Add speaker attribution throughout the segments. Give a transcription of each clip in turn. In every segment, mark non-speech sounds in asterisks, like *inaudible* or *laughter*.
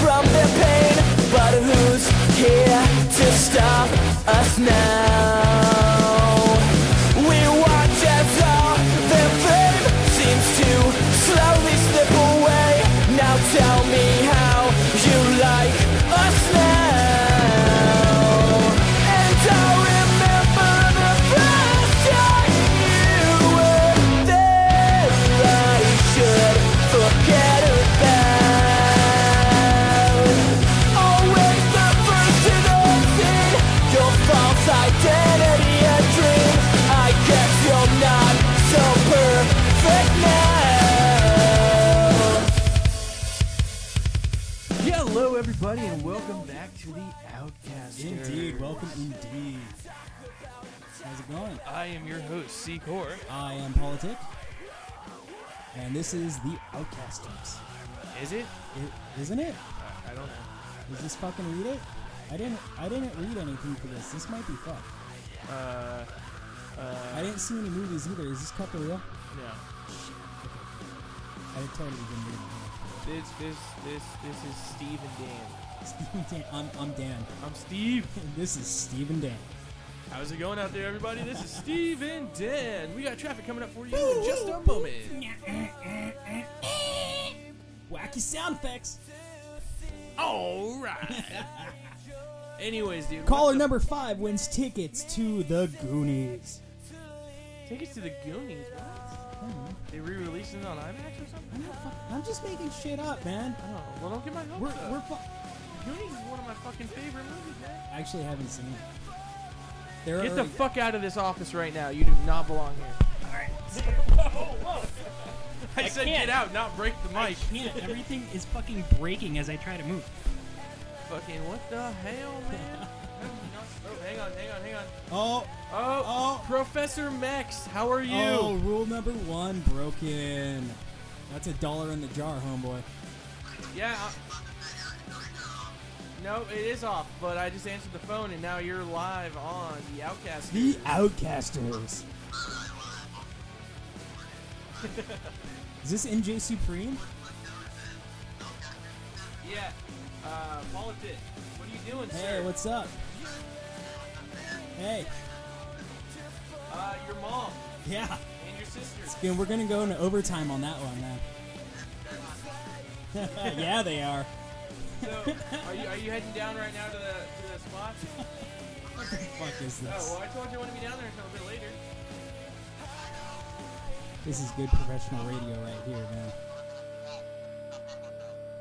Speaker 1: champagne, but who's here to stop us now? We watch as all the fame seems to slowly slip away. Now tell me how you like us now. And I remember the first time you were there. I should forget about. Always the first to notice your false identity and dream. I guess you're not so perfect now.
Speaker 2: Hello, everybody, and welcome back to the Outcast.
Speaker 3: Indeed, welcome indeed. How's it going?
Speaker 4: I am your host, C Core.
Speaker 3: I am Politic, and this is the Outcasters.
Speaker 4: Is it?
Speaker 3: is isn't it?
Speaker 4: I don't know.
Speaker 3: Is this fucking read it? I didn't. I didn't read anything for this. This might be fucked.
Speaker 4: Uh,
Speaker 3: I didn't see any movies either. Is this cup real?
Speaker 4: no.
Speaker 3: I totally didn't read it.
Speaker 4: This, this, this, this is Steve and Dan.
Speaker 3: Stephen Dan. I'm, I'm Dan. *laughs*
Speaker 4: I'm Steve.
Speaker 3: this is Stephen Dan.
Speaker 4: How's it going out there, everybody? This is Steve and Dan. We got traffic coming up for you in just a moment.
Speaker 3: Wacky sound effects.
Speaker 4: All right. Anyways, dude.
Speaker 3: Caller
Speaker 4: what
Speaker 3: number five wins tickets to the Goonies.
Speaker 4: the- Tickets to the Goonies. What?
Speaker 3: Hmm.
Speaker 4: They re-releasing it on IMAX or something?
Speaker 3: I'm, not fuck- I'm just making shit up, man.
Speaker 4: I don't know. Well, don't get my hopes
Speaker 3: We're,
Speaker 4: up.
Speaker 3: we're fu-
Speaker 4: Goonies is one of my fucking favorite movies, man.
Speaker 3: I actually haven't seen it. There
Speaker 4: Get
Speaker 2: Uh,
Speaker 3: are
Speaker 4: the
Speaker 3: *laughs*
Speaker 4: fuck out of this office right now. You do not belong here. *laughs* I, said
Speaker 5: can't.
Speaker 4: get out, not break the mic.
Speaker 5: Yeah, everything is fucking breaking as I try to move.
Speaker 4: Fucking what the hell,
Speaker 3: *laughs*
Speaker 4: man? How did you not- oh, hang on, hang on, hang on.
Speaker 3: oh,
Speaker 4: Oh,
Speaker 3: Oh.
Speaker 4: Professor Max, how are you?
Speaker 3: oh, rule number one broken. That's a dollar in the jar, homeboy.
Speaker 4: Yeah. I- No, it is off, but I just answered the phone and now you're live on the Outcast.
Speaker 3: The Outcasters. Is this NJ Supreme?
Speaker 4: Yeah. Uh, politics. What are you doing,
Speaker 3: Hey,
Speaker 4: sir?
Speaker 3: what's up? Hey,
Speaker 4: Uh, your mom
Speaker 3: yeah.
Speaker 4: and your sister.
Speaker 3: Yeah, we're gonna go into overtime on that one, man. *laughs* yeah, they are.
Speaker 4: So,
Speaker 3: *laughs*
Speaker 4: are you, are you heading down right now to the, to the spot?
Speaker 3: What the fuck is
Speaker 4: Oh,
Speaker 3: this?
Speaker 4: well, I told you I want to be down there until a bit later.
Speaker 3: This is good professional radio right here,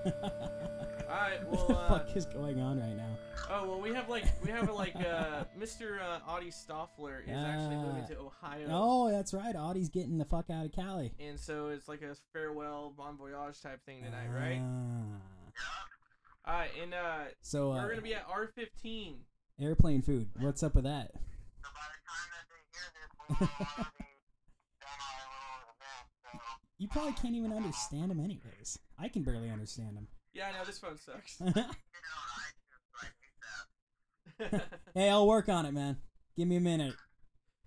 Speaker 3: man. *laughs*
Speaker 4: Alright,
Speaker 3: What the
Speaker 4: well, uh,
Speaker 3: *laughs* fuck is going on right now?
Speaker 4: Oh well, we have like we have like
Speaker 3: *laughs*
Speaker 4: uh, Mr. Uh, Audie Stoffler is actually moving
Speaker 3: Ah.
Speaker 4: to Ohio,
Speaker 3: Oh, that's right. Audie's getting the fuck out of Cali.
Speaker 4: and so it's like a farewell bon voyage type thing
Speaker 3: Uh,
Speaker 4: tonight, right?
Speaker 3: Ah.
Speaker 4: All right, and uh,
Speaker 3: so uh,
Speaker 4: we're gonna be at R15.
Speaker 3: airplane food. What's up with that?
Speaker 6: So by the time that they hear this, we'll have already done our little event. So
Speaker 3: You probably can't even understand them, anyways. I can barely understand
Speaker 4: Yeah, I know this phone
Speaker 3: *laughs*
Speaker 4: sucks.
Speaker 3: them.
Speaker 6: get it on iTunes like ASAP.
Speaker 4: All
Speaker 3: hey, I'll work on it, man. Give me a minute.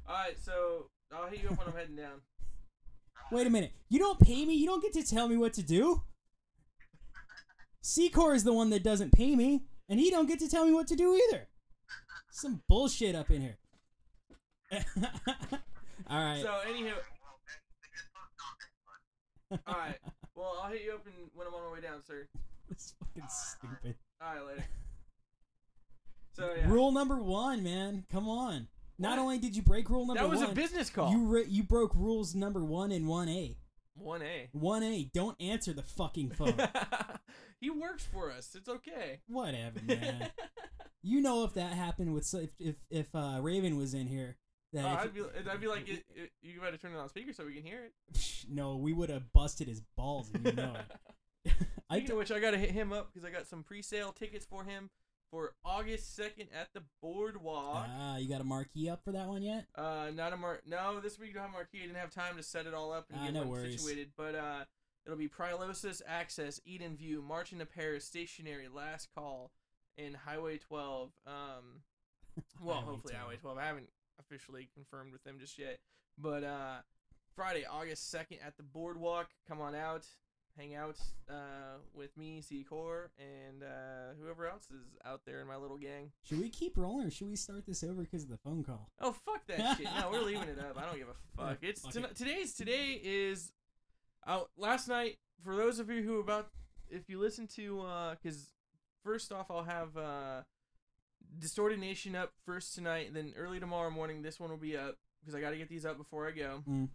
Speaker 4: right, so I'll hit you up when I'm heading down.
Speaker 3: Wait a minute. You don't pay me. You don't get to tell me what to do. Secor is the one that doesn't pay me, and he don't get to tell me what to do either. Some bullshit up in here. *laughs* All right.
Speaker 4: So anywho,
Speaker 6: Well, they, they just looked on Facebook.
Speaker 4: all right, well I'll hit you up in- when I'm on my way down, sir.
Speaker 3: this is fucking stupid.
Speaker 4: All right, later. So Oh, yeah,
Speaker 3: Rule number one, man. Come on. Not
Speaker 4: What?
Speaker 3: only did you break rule number
Speaker 4: that was
Speaker 3: one,
Speaker 4: a business call.
Speaker 3: you re- you broke rules number one and one A.
Speaker 4: One A.
Speaker 3: One A. Don't answer the fucking phone.
Speaker 4: *laughs* he works for us. It's okay.
Speaker 3: Whatever,
Speaker 4: *laughs*
Speaker 3: man. you know if that happened with if if, if uh, Raven was in here, that
Speaker 4: Oh,
Speaker 3: if-
Speaker 4: I'd be, I'd be like, it, it, you better turn it on speaker so we can hear it.
Speaker 3: Psh, *laughs* no, we would have busted his balls, and you know
Speaker 4: *laughs*
Speaker 3: it. *laughs* I
Speaker 4: Speaking
Speaker 3: d-
Speaker 4: of which, I gotta hit him up because I got some pre-sale tickets for him for August second at the Boardwalk.
Speaker 3: ah, you got a marquee up for that one yet?
Speaker 4: Uh, not a mar. No, this week don't have marquee. I didn't have time to set it all up and
Speaker 3: Ah,
Speaker 4: get
Speaker 3: no
Speaker 4: everything
Speaker 3: worries.
Speaker 4: situated. But uh, it'll be Prilosis, Access, Eden View, March into Paris, Stationary, Last Call, and Highway Twelve.
Speaker 3: *laughs*
Speaker 4: Um, well,
Speaker 3: Highway
Speaker 4: hopefully
Speaker 3: 12.
Speaker 4: Highway Twelve. I haven't officially confirmed with them just yet. But uh, Friday, August second at the Boardwalk. Come on out, hang out uh, with me, C Core, and uh, ounces out there in my little gang.
Speaker 3: Should we keep rolling or should we start this over because of the phone call?
Speaker 4: Oh fuck that shit! No, we're leaving it up. I don't give a fuck.
Speaker 3: *laughs* Yeah,
Speaker 4: It's
Speaker 3: fuck
Speaker 4: ton-
Speaker 3: it.
Speaker 4: today's today is out last night. For those of you who are about, if you listen to, uh, because first off, I'll have uh, Distorted Nation up first tonight, and then early tomorrow morning, this one will be up because I got to get these up before I go,
Speaker 3: Mm.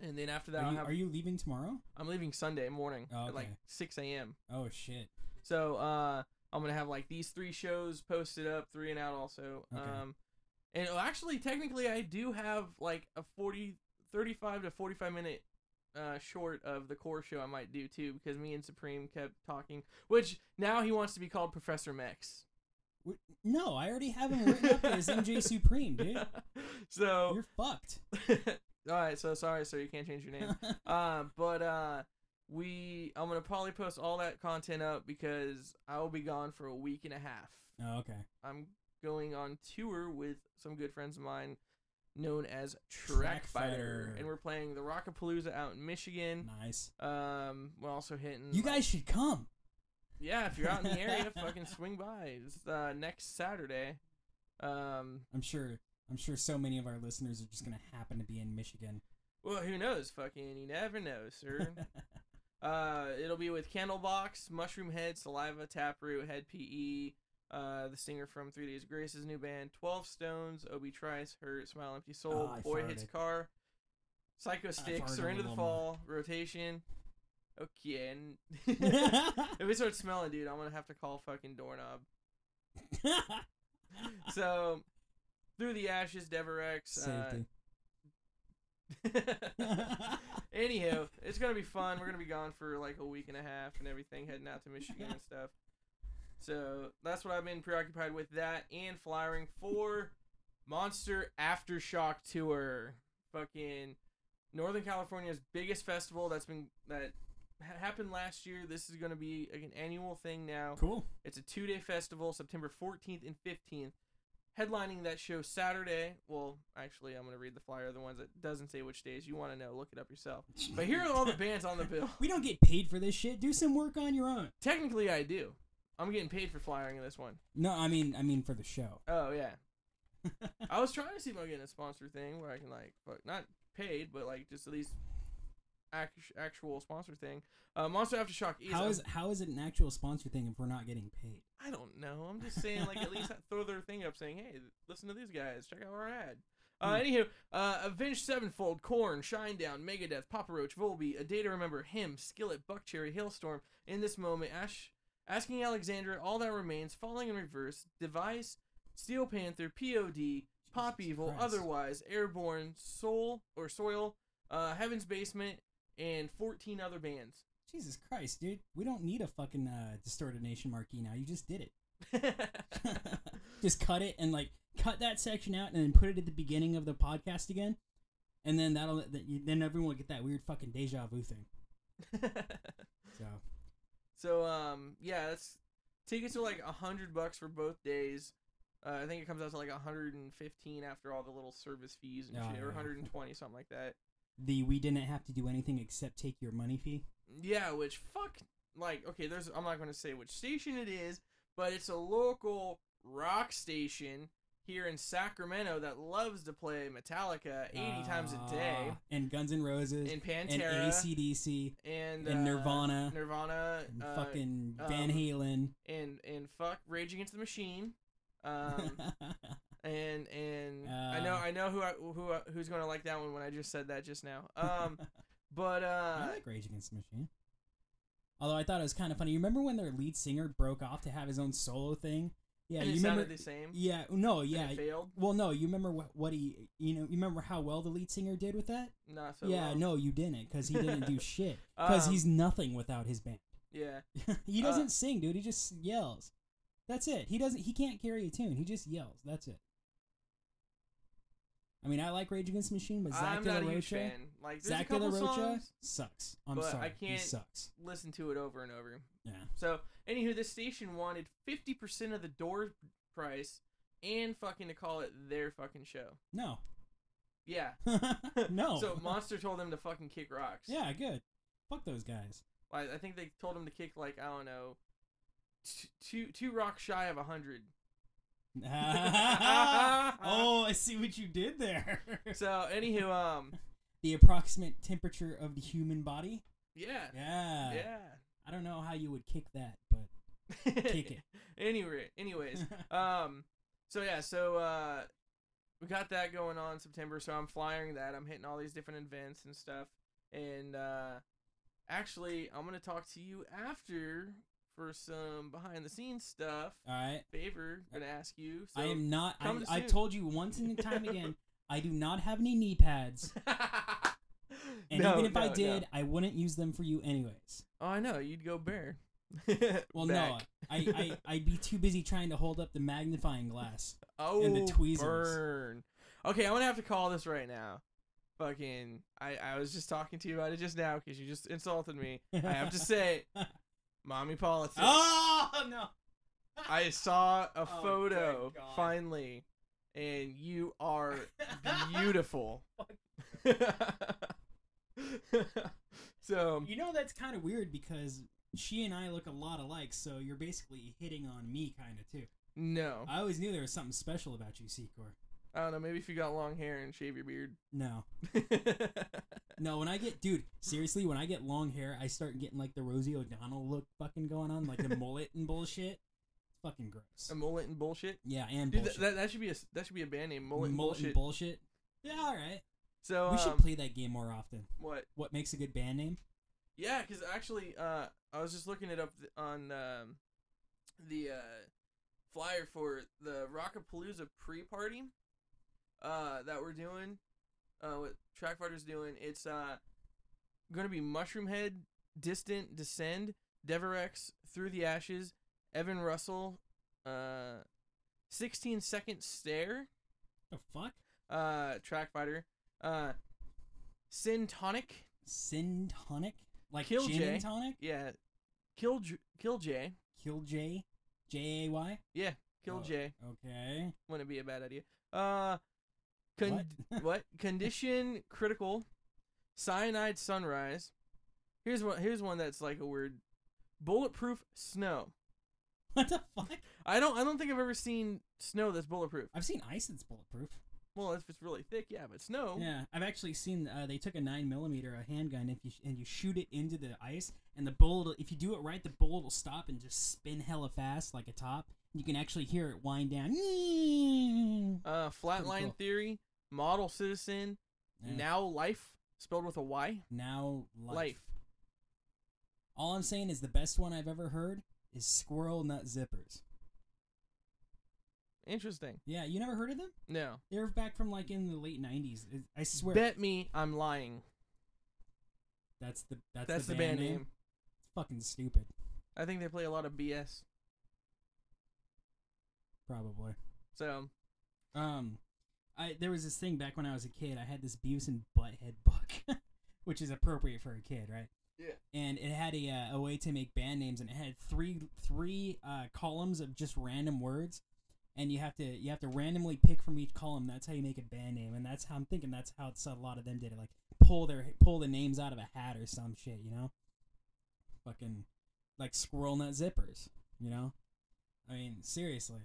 Speaker 4: and then after that,
Speaker 3: Are,
Speaker 4: I'll
Speaker 3: you,
Speaker 4: have,
Speaker 3: are you
Speaker 4: *laughs*
Speaker 3: leaving tomorrow?
Speaker 4: I'm leaving Sunday morning
Speaker 3: Oh,
Speaker 4: at like
Speaker 3: okay.
Speaker 4: six a.m.
Speaker 3: Oh shit.
Speaker 4: So uh, I'm gonna have like these three shows posted up, three and out also.
Speaker 3: Okay.
Speaker 4: Um, and oh, actually, technically, I do have like a 40, 35 to 45 minute uh, short of the core show I might do too, because me and Supreme kept talking, which now he wants to be called Professor Mex.
Speaker 3: Wh- No, I already have him written up
Speaker 4: *laughs*
Speaker 3: as MJ Supreme, dude.
Speaker 4: so,
Speaker 3: You're fucked.
Speaker 4: all right, so sorry, sir, you can't change your name. uh, but uh, we, I'm gonna probably post all that content up because I will be gone for a week and a half.
Speaker 3: oh, okay.
Speaker 4: I'm going on tour with some good friends of mine known as Track
Speaker 3: Track
Speaker 4: Fighter.
Speaker 3: Fighter.
Speaker 4: And we're playing the Rockapalooza out in Michigan.
Speaker 3: Nice.
Speaker 4: Um, we're also hitting.
Speaker 3: You
Speaker 4: like-
Speaker 3: guys should come.
Speaker 4: Yeah, if you're out in the
Speaker 3: *laughs*
Speaker 4: area, fucking swing by. It's uh, next Saturday. Um,
Speaker 3: I'm sure. I'm sure so many of our listeners are just gonna happen to be
Speaker 4: *laughs*
Speaker 3: in Michigan. *laughs*
Speaker 4: well, who knows? Fucking, you never know, sir. uh, it'll be with Candlebox, Mushroom Head, Saliva, Taproot, Head PE. Uh, the singer from Three Days Grace's new band, Twelve Stones, Obi Trice, Hurt, Smile, Empty Soul,
Speaker 3: Oh, I
Speaker 4: Boy Hits
Speaker 3: farted.
Speaker 4: Car, Psycho Sticks,
Speaker 3: farted
Speaker 4: Surrender
Speaker 3: a
Speaker 4: the
Speaker 3: little
Speaker 4: Fall, Rotation. Okay,
Speaker 3: *laughs*
Speaker 4: and *laughs* if
Speaker 3: All
Speaker 4: we start smelling, dude, I'm gonna have to call fucking doorknob. So, through the ashes, Devorex.
Speaker 3: Safety.
Speaker 4: *laughs* Uh, *laughs* Anywho, it's gonna be fun. We're gonna be gone for like a week and a half and everything, heading out to Michigan and stuff. So that's what I've been preoccupied with that and flyering for Monster Aftershock Tour, fucking Northern California's biggest festival. That's been that ha- happened last year. This is gonna be like an annual thing now.
Speaker 3: cool.
Speaker 4: It's a two day festival, September 14th and 15th. Headlining that show Saturday. Well, actually, I'm going to read the flyer, the ones that doesn't say which days. You want to know, look it up yourself. But here are all the bands on the bill.
Speaker 3: We don't get paid for this shit. Do some work on your own.
Speaker 4: Technically, I do. I'm getting paid for flyering in this one.
Speaker 3: No, I mean, I mean for
Speaker 4: *laughs*
Speaker 3: the show.
Speaker 4: Oh, yeah. I was trying to see if I'm getting a sponsor thing where I can, like, fuck, not paid, but, like, just at least act- actual sponsor thing. Uh, Monster Aftershock is.
Speaker 3: How is how is it an actual sponsor thing if we're not getting paid?
Speaker 4: I don't know. I'm just saying, like, at
Speaker 3: *laughs*
Speaker 4: least throw their thing up saying, hey, listen to these guys. Check out our ad. Uh,
Speaker 3: Hmm.
Speaker 4: Anywho, uh, Avenged Sevenfold, Korn, Shinedown, Megadeth, Papa Roach, Volby, A Day to Remember, Him, Skillet, Buckcherry, Hailstorm, In This Moment, Ash, Asking Alexandra, All That Remains, Falling in Reverse, Device, Steel Panther, POD, Pop
Speaker 3: Jesus
Speaker 4: Evil,
Speaker 3: Christ.
Speaker 4: Otherwise, Airborne, Soul, or Soil, uh, Heaven's Basement, and 14 other bands. *laughs*
Speaker 3: Jesus Christ, dude. We don't need a fucking uh, distorted nation marquee now. You just did it.
Speaker 4: *laughs*
Speaker 3: *laughs* just cut it and like cut that section out and then put it at the beginning of the podcast again. And then that'll that you, then everyone will get that weird fucking deja vu thing. So
Speaker 4: So um yeah, that's tickets are like a hundred bucks for both days. Uh, I think it comes out to like a hundred and fifteen after all the little service fees and
Speaker 3: Oh,
Speaker 4: shit, or
Speaker 3: yeah.
Speaker 4: hundred and twenty something like that.
Speaker 3: the we didn't have to do anything except take your money fee.
Speaker 4: Yeah, which fuck like okay, there's I'm not gonna say which station it is, but it's a local rock station here in Sacramento that loves to play Metallica eighty times a day.
Speaker 3: Ah, And Guns N' Roses.
Speaker 4: And
Speaker 3: And
Speaker 4: Pantera
Speaker 3: ACDC.
Speaker 4: and,
Speaker 3: and
Speaker 4: uh,
Speaker 3: Nirvana.
Speaker 4: Nirvana,
Speaker 3: And
Speaker 4: uh,
Speaker 3: fucking
Speaker 4: um,
Speaker 3: Van Halen.
Speaker 4: and and fuck Rage Against the Machine.
Speaker 3: *laughs*
Speaker 4: Um, and and I know
Speaker 3: Uh.
Speaker 4: I know who I, who I, who's gonna like that one when I just said that just now.
Speaker 3: *laughs*
Speaker 4: Um, but uh,
Speaker 3: I like Rage Against the Machine. Although I thought it was kind of funny. You remember when their lead singer broke off to have his own solo thing? Yeah,
Speaker 4: and
Speaker 3: you
Speaker 4: it
Speaker 3: remember?
Speaker 4: sounded the same.
Speaker 3: yeah, oh, no, yeah.
Speaker 4: and it failed.
Speaker 3: Well, no, you remember what, what he, you know, you remember how well the lead singer did with that?
Speaker 4: Not so.
Speaker 3: yeah,
Speaker 4: well.
Speaker 3: no, you didn't, because he
Speaker 4: *laughs*
Speaker 3: didn't do shit. Because
Speaker 4: Um, uh,
Speaker 3: he's nothing without his band. *laughs*
Speaker 4: Yeah,
Speaker 3: he doesn't sing, dude. He just yells. That's it. He doesn't. He can't carry a tune. He just yells. That's it. I mean, I like Rage Against the Machine, but Zach
Speaker 4: I'm
Speaker 3: De La
Speaker 4: not a huge
Speaker 3: Rocha,
Speaker 4: fan. Like there's
Speaker 3: Zach
Speaker 4: a
Speaker 3: De La
Speaker 4: couple
Speaker 3: Rocha
Speaker 4: songs.
Speaker 3: sucks. I'm
Speaker 4: but I
Speaker 3: sorry, he
Speaker 4: can't-
Speaker 3: sucks.
Speaker 4: Listen to it over and over.
Speaker 3: Yeah.
Speaker 4: So anywho, this station wanted 50% of the door price and fucking to call it their fucking show. *laughs*
Speaker 3: No. *laughs*
Speaker 4: Yeah.
Speaker 3: no. *laughs*
Speaker 4: so Monster told them to fucking kick rocks. *laughs*
Speaker 3: Yeah, good. Fuck those guys.
Speaker 4: I, I think they told him to kick like I don't know, t- two two rocks shy of a hundred.
Speaker 3: oh, I see what you
Speaker 4: *laughs*
Speaker 3: did there.
Speaker 4: So anywho, um,
Speaker 3: the approximate temperature of the human body.
Speaker 4: yeah,
Speaker 3: Yeah.
Speaker 4: yeah,
Speaker 3: I don't know how you would kick that, but
Speaker 4: *laughs*
Speaker 3: kick it.
Speaker 4: anyway, anyways, um, so yeah, so uh, we got that going on in September. So I'm flying that. I'm hitting all these different events and stuff. And uh, actually, I'm gonna talk to you after for some behind the scenes stuff.
Speaker 3: all right.
Speaker 4: Favor, gonna ask you. So,
Speaker 3: I
Speaker 4: *laughs*
Speaker 3: am not. I,
Speaker 4: coming
Speaker 3: I
Speaker 4: soon.
Speaker 3: told you once and
Speaker 4: *laughs*
Speaker 3: time again. I do not have any knee pads, and
Speaker 4: No,
Speaker 3: even if I
Speaker 4: no,
Speaker 3: did,
Speaker 4: no.
Speaker 3: I wouldn't use them for you anyways.
Speaker 4: oh, I know you'd go bare. *laughs*
Speaker 3: Well,
Speaker 4: Back.
Speaker 3: no, I, I I'd be too busy trying to hold up the magnifying glass.
Speaker 4: Oh,
Speaker 3: the tweezers.
Speaker 4: Burn. Okay, I'm gonna have to call this right now. Fucking, I I was just talking to you about it just now because you just insulted me. I have to
Speaker 3: *laughs*
Speaker 4: say, it. mommy politics.
Speaker 3: Oh no!
Speaker 4: I saw a
Speaker 3: thank
Speaker 4: photo
Speaker 3: God.
Speaker 4: finally, and you are
Speaker 3: *laughs*
Speaker 4: beautiful. *laughs* so
Speaker 3: You know that's kind of weird because she and I look a lot alike, so you're basically hitting on me, kind of too.
Speaker 4: no,
Speaker 3: I always knew there was something special about you, Secor.
Speaker 4: I don't know. Maybe if you got long hair and shave your beard. *laughs*
Speaker 3: No, no. When I get, dude, seriously, when I get long hair, I start getting like the Rosie O'Donnell look fucking going on, *laughs* like the mullet and bullshit. It's fucking
Speaker 4: a
Speaker 3: gross.
Speaker 4: mullet and bullshit.
Speaker 3: Yeah, and
Speaker 4: Um, Dude,
Speaker 3: bullshit.
Speaker 4: that, that, that should be a s- that should be a band name. Mullet, and
Speaker 3: mullet
Speaker 4: bullshit.
Speaker 3: and bullshit. Yeah, all right.
Speaker 4: so
Speaker 3: we
Speaker 4: um,
Speaker 3: should play that game more often.
Speaker 4: what?
Speaker 3: What makes a good band name?
Speaker 4: Yeah, because actually, uh, I was just looking it up th- on um, the uh, flyer for the Rockapalooza pre-party uh, that we're doing. Uh, what Track Fighter's doing? It's uh, gonna be Mushroom Head, Distant Descend, Deverex, Through the Ashes, Evan Russell, uh, 16 Second Stare,
Speaker 3: The fuck?
Speaker 4: uh, Track Fighter, uh, Sin Tonic,
Speaker 3: Sin tonic? Like
Speaker 4: Kill
Speaker 3: gin
Speaker 4: Jay.
Speaker 3: and tonic?
Speaker 4: yeah, Kill J- Kill Jay.
Speaker 3: Kill J? J A Y?
Speaker 4: Yeah, Kill
Speaker 3: Oh.
Speaker 4: Jay.
Speaker 3: Okay. *laughs*
Speaker 4: Wouldn't be a bad idea. Uh, con- *laughs*
Speaker 3: What?
Speaker 4: what? condition critical? Cyanide sunrise. Here's one. Here's one that's like a word. Bulletproof snow.
Speaker 3: What the fuck?
Speaker 4: I don't. I don't think I've ever seen snow that's bulletproof.
Speaker 3: I've seen ice that's bulletproof.
Speaker 4: Well, if it's really thick, yeah, but snow.
Speaker 3: Yeah, I've actually seen. Uh, they took a nine millimeter, a handgun, if you sh- and you shoot it into the ice, and the bullet. If you do it right, the bullet will stop and just spin hella fast like a top. You can actually hear it wind down. *laughs*
Speaker 4: Uh, flatline
Speaker 3: cool.
Speaker 4: theory. Model citizen.
Speaker 3: Yeah.
Speaker 4: Now life spelled with a Y.
Speaker 3: Now life.
Speaker 4: Life.
Speaker 3: All I'm saying is the best one I've ever heard is squirrel nut zippers.
Speaker 4: Interesting.
Speaker 3: Yeah, you never heard of them?
Speaker 4: No.
Speaker 3: They were back from like in the late '90s. It- I swear.
Speaker 4: Bet me I'm lying.
Speaker 3: that's the that's,
Speaker 4: That's, the, band name.
Speaker 3: It's fucking stupid,
Speaker 4: I think they play a lot of BS.
Speaker 3: probably.
Speaker 4: So
Speaker 3: Um, I there was this thing back when I was a kid. I had this Beavis and Butthead book, *laughs* which is appropriate for a kid, right?
Speaker 4: Yeah.
Speaker 3: And it had a uh, a way to make band names, and it had three three uh, columns of just random words, and you have to you have to randomly pick from each column. That's how you make a band name, and that's how I'm thinking. That's how it's, a lot of them did it, like pull their pull the names out of a hat or some shit, you know? Fucking like squirrel nut zippers, you know? I mean, seriously.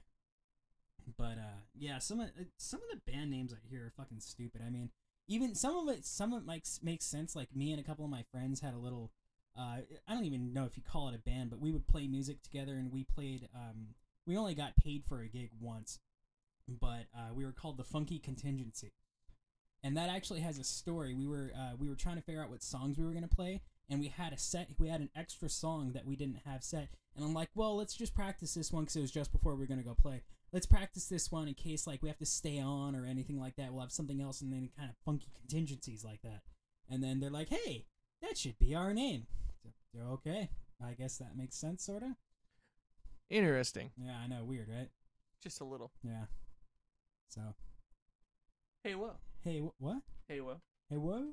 Speaker 3: But uh, yeah, some of uh, some of the band names I hear are fucking stupid. I mean, even some of it, some of it makes makes sense. Like me and a couple of my friends had a little. Uh, I don't even know if you call it a band, but we would play music together, and we played. Um, we only got paid for a gig once, but uh, we were called the Funky Contingency, and that actually has a story. We were uh, we were trying to figure out what songs we were gonna play, and we had a set. We had an extra song that we didn't have set, and I'm like, well, let's just practice this one because it was just before we were gonna go play let's practice this one in case like we have to stay on or anything like that. We'll have something else and then kind of funky contingencies like that. And then they're like, hey, that should be our name. So, they're okay. I guess that makes sense, sorta.
Speaker 4: interesting.
Speaker 3: Yeah, I know. Weird, right?
Speaker 4: Just a little.
Speaker 3: Yeah. So,
Speaker 4: Hey whoa.
Speaker 3: hey, wh- what?
Speaker 4: Hey whoa.
Speaker 3: Hey, whoa.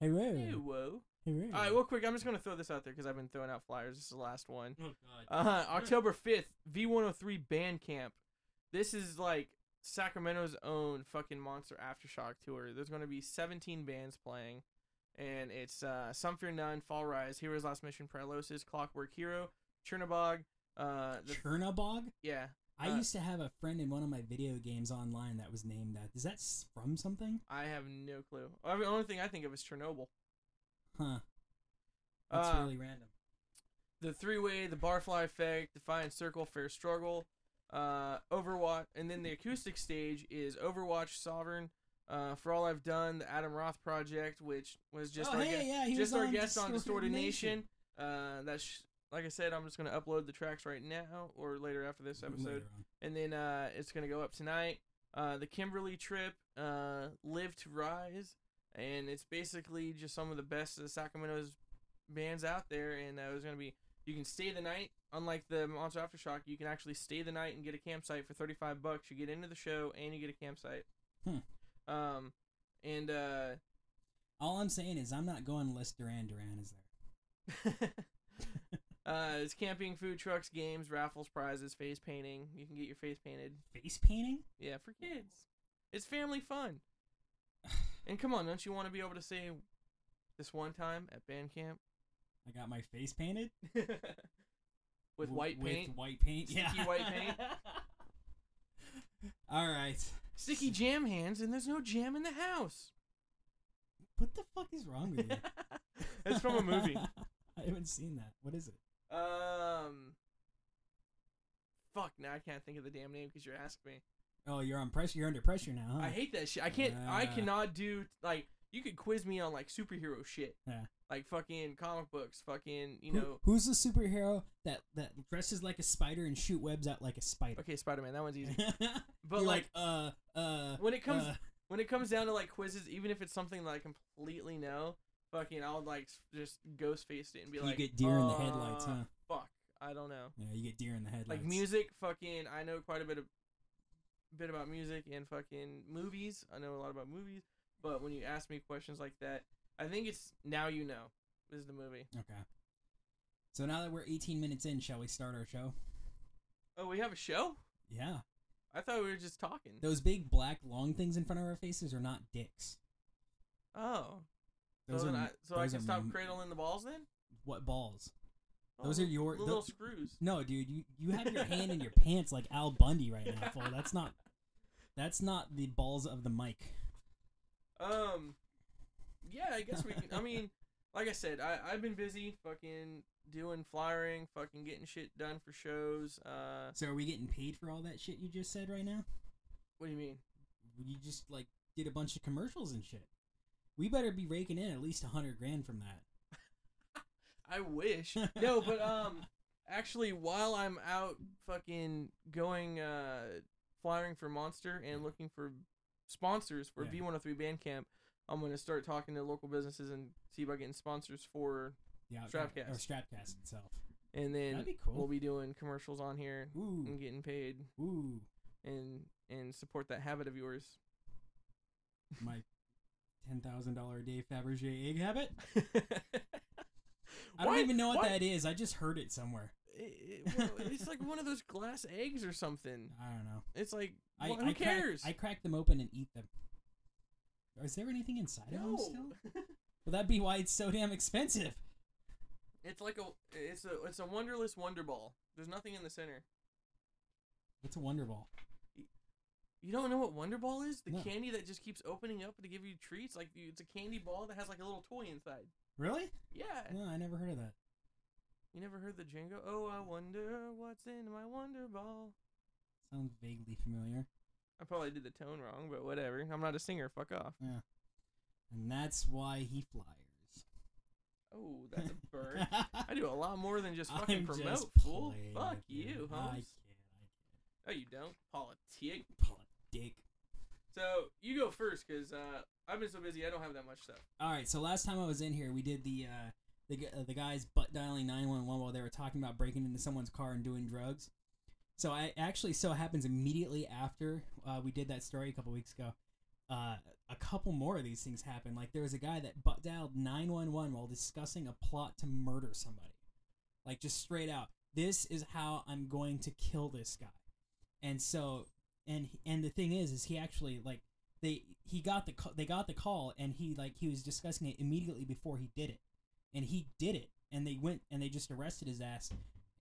Speaker 3: Hey, whoa.
Speaker 4: Hey whoa.
Speaker 3: Hey, whoa.
Speaker 4: All right, real quick. I'm just gonna throw this out there because I've been throwing out flyers. This is the last one.
Speaker 3: Mm.
Speaker 5: Oh god.
Speaker 4: Uh, October 5th, V103 Band Camp. oh This is like Sacramento's own fucking Monster Aftershock tour. There's gonna be 17 bands playing, and it's uh, Some Fear None, Fall Rise, Heroes Last Mission, Paralysis, Clockwork Hero, Chernobog, Uh, the,
Speaker 3: Chernobog?
Speaker 4: yeah,
Speaker 3: I
Speaker 4: Uh,
Speaker 3: used to have a friend in one of my video games online that was named that. Is that s- from something?
Speaker 4: I have no clue. I mean, the only thing I think of is Chernobyl.
Speaker 3: Huh. That's
Speaker 4: Uh,
Speaker 3: really random.
Speaker 4: the three way, the barfly effect, defiant circle, fair struggle, uh, Overwatch, and then the acoustic stage is Overwatch Sovereign. Uh, for all I've done, the Adam Roth project, which was just
Speaker 3: Oh,
Speaker 4: our
Speaker 3: hey,
Speaker 4: guest,
Speaker 3: yeah, he
Speaker 4: just
Speaker 3: was
Speaker 4: our
Speaker 3: on
Speaker 4: guest on
Speaker 3: Distorted
Speaker 4: Distorted Nation. Uh, that's like I said, I'm just gonna upload the tracks right now or later after this episode,
Speaker 3: Later on.
Speaker 4: and then uh, it's gonna go up tonight. Uh, the Kimberly trip, uh, Live to Rise, and it's basically just some of the best of Sacramento's bands out there, and uh, it was gonna be you can stay the night. Unlike the Monster Aftershock, you can actually stay the night and get a campsite for 35 bucks. You get into the show and you get a campsite.
Speaker 3: Hmm.
Speaker 4: Um, and uh, *laughs*
Speaker 3: All I'm saying is I'm not going unless Duran Duran is there.
Speaker 4: uh, it's camping, food trucks, games, raffles, prizes, face painting. You can get your face painted.
Speaker 3: Face painting?
Speaker 4: Yeah, for kids. It's family fun. And come on, don't you want to be able to say this one time at band camp
Speaker 3: I got my face painted
Speaker 4: with
Speaker 3: W-
Speaker 4: white paint?
Speaker 3: With white paint, yeah.
Speaker 4: Sticky white paint.
Speaker 3: *laughs* All right.
Speaker 4: Sticky jam hands, and there's no jam in the house.
Speaker 3: What the fuck is wrong with you?
Speaker 4: *laughs* it's from a movie.
Speaker 3: *laughs* I haven't seen that. What is it?
Speaker 4: *laughs* Um, fuck. Now I can't think of the damn name because you're asking me.
Speaker 3: Oh, you're on pressure. You're under pressure now, huh?
Speaker 4: I hate that shit. I can't. I
Speaker 3: Uh.
Speaker 4: cannot do like. You could quiz me on like superhero shit.
Speaker 3: Yeah.
Speaker 4: Like fucking comic books. Fucking you
Speaker 3: Who-
Speaker 4: know.
Speaker 3: who's the superhero that that dresses like a spider and shoot webs out like a spider?
Speaker 4: Okay, Spider Man. That one's
Speaker 3: *laughs*
Speaker 4: easy.
Speaker 3: You're
Speaker 4: But like,
Speaker 3: uh, uh,
Speaker 4: when it comes
Speaker 3: uh,
Speaker 4: when it comes down to like quizzes, even if it's something that I completely know, fucking I'll like s- just ghost face it and be
Speaker 3: you
Speaker 4: like,
Speaker 3: get deer in the headlights,
Speaker 4: "Uh,
Speaker 3: huh?
Speaker 4: Fuck, I don't know.
Speaker 3: Yeah, you get deer in the headlights.
Speaker 4: Like music, fucking I know quite a bit of bit about music and fucking movies. I know a lot about movies, but when you ask me questions like that, I think it's now you know is the movie.
Speaker 3: Okay. So now that we're 18 minutes in, shall we start our show?
Speaker 4: Oh, we have a show?
Speaker 3: Yeah.
Speaker 4: I thought we were just talking.
Speaker 3: Those big black long things in front of our faces are not dicks.
Speaker 4: Oh, so
Speaker 3: Those
Speaker 4: then
Speaker 3: are
Speaker 4: I, so I
Speaker 3: those
Speaker 4: can
Speaker 3: are
Speaker 4: stop
Speaker 3: m-
Speaker 4: cradling the balls then?
Speaker 3: what balls?
Speaker 4: Oh,
Speaker 3: Those are your-
Speaker 4: little,
Speaker 3: tho-
Speaker 4: screws.
Speaker 3: No, dude, you you have your
Speaker 4: *laughs*
Speaker 3: hand in your pants like Al Bundy right now. Fool. That's not that's not the balls of the mic.
Speaker 4: Um, yeah, I guess we. Can, I mean, like I said, I I've been busy fucking doing flyering, fucking getting shit done for shows. Uh,
Speaker 3: So are we getting paid for all that shit you just said right now?
Speaker 4: what do you mean?
Speaker 3: You just like did a bunch of commercials and shit. We better be raking in at least a hundred grand from that.
Speaker 4: I
Speaker 3: *laughs*
Speaker 4: wish. No, but um, actually, while I'm out fucking going uh flyering for Monster and looking for sponsors for
Speaker 3: Yeah.
Speaker 4: V103 Bandcamp, I'm gonna start talking to local businesses and see about getting sponsors for,
Speaker 3: Yeah,
Speaker 4: Strapcast.
Speaker 3: uh, or Strapcast itself.
Speaker 4: and then
Speaker 3: That'd be cool.
Speaker 4: we'll be doing commercials on here and
Speaker 3: Ooh,
Speaker 4: getting paid
Speaker 3: ooh,
Speaker 4: and and support that habit of yours. *laughs*
Speaker 3: my ten thousand dollar a day Fabergé egg habit. I don't even know what, that is. I just heard it somewhere.
Speaker 4: it's like one of those glass eggs or something.
Speaker 3: I don't know.
Speaker 4: It's like
Speaker 3: I,
Speaker 4: wha-
Speaker 3: I
Speaker 4: who
Speaker 3: crack-
Speaker 4: cares?
Speaker 3: I crack them open and eat them. Is there anything inside of them
Speaker 4: no.
Speaker 3: still?
Speaker 4: *laughs*
Speaker 3: Well, that'd be why it's so damn expensive.
Speaker 4: It's like a it's a it's a wonderless wonder ball. There's nothing in the center.
Speaker 3: It's a Wonder Ball.
Speaker 4: You don't know what Wonder Ball is? The
Speaker 3: No.
Speaker 4: candy that just keeps opening up to give you treats. Like you- it's a candy ball that has like a little toy inside.
Speaker 3: Really?
Speaker 4: Yeah.
Speaker 3: No, I never heard of that.
Speaker 4: You never heard the jingle? Oh, I wonder what's in my Wonder Ball.
Speaker 3: Sounds vaguely familiar.
Speaker 4: I probably did the tone wrong, but whatever. I'm not a singer. Fuck off.
Speaker 3: And that's why he flyers.
Speaker 4: Oh, that's a
Speaker 3: *laughs*
Speaker 4: bird. I do a lot more than just fucking
Speaker 3: I'm
Speaker 4: promote,
Speaker 3: just
Speaker 4: fool.
Speaker 3: playing
Speaker 4: Fuck
Speaker 3: with
Speaker 4: you,
Speaker 3: I
Speaker 4: huh?
Speaker 3: can't.
Speaker 4: Oh, you don't? Politic.
Speaker 3: I can't. Dick.
Speaker 4: So, you go first, because uh, I've been so busy, I don't have that much stuff.
Speaker 3: All right. So last time I was in here, we did the uh, the gu- uh, the guys butt dialing nine one one while they were talking about breaking into someone's car and doing drugs. So I actually so it happens immediately after uh, we did that story a couple weeks ago. Uh, a couple more of these things happen. Like there was a guy that butt dialed nine one one while discussing a plot to murder somebody, like just straight out. This is how I'm going to kill this guy. And so and and the thing is, is he actually like they he got the ca- they got the call and he like he was discussing it immediately before he did it and he did it and they went and they just arrested his ass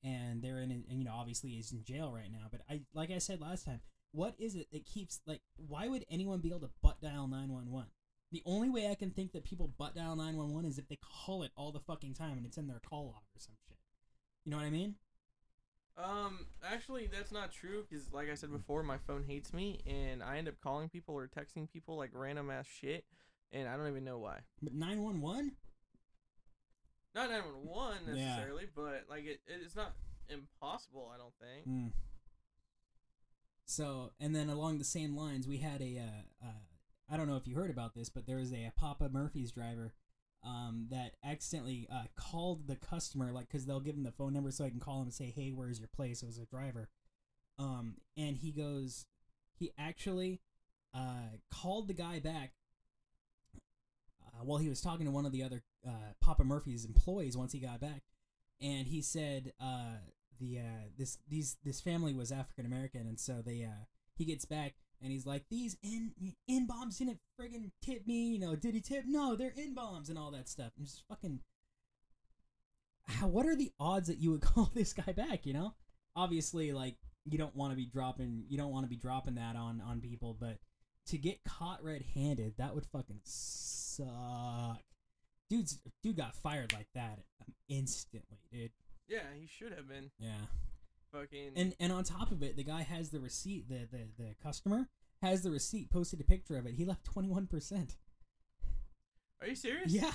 Speaker 3: and they're in, and you know, obviously he's in jail right now. But I, like I said last time, what is it that keeps like? Why would anyone be able to butt dial nine one one? The only way I can think that people butt dial nine one one is if they call it all the fucking time and it's in their call log or some shit. You know what I mean?
Speaker 4: Um, actually, that's not true because, like I said before, my phone hates me, and I end up calling people or texting people like random ass shit, and I don't even know why.
Speaker 3: But nine one one.
Speaker 4: Not everyone one
Speaker 3: Yeah.
Speaker 4: necessarily, but like it, it's not impossible. I don't think.
Speaker 3: Mm. So, and then along the same lines, we had a, uh, uh, I don't know if you heard about this, but there was a, Papa Murphy's driver um, that accidentally uh, called the customer, like, because they'll give him the phone number so I can call him and say, hey, where's your place? It was a driver. Um, and he goes, he actually uh, called the guy back uh, while he was talking to one of the other uh, Papa Murphy's employees once he got back, and he said uh, the uh, this these this family was African American, and so they uh, he gets back and he's like these in in bombs didn't friggin' tip me, you know? Did he tip? No, they're in bombs and all that stuff. I'm just fucking. How, what are the odds that you would *laughs* call this guy back? You know, obviously, like you don't want to be dropping you don't want to be dropping that on on people, but to get caught red-handed, that would fucking suck. Dude's dude got fired like that instantly, dude.
Speaker 4: Yeah, he should have been
Speaker 3: Yeah.
Speaker 4: fucking.
Speaker 3: And and on top of it, the guy has the receipt. The the, the customer has the receipt. Posted a picture of it. He left twenty one percent.
Speaker 4: Are you serious?
Speaker 3: Yeah.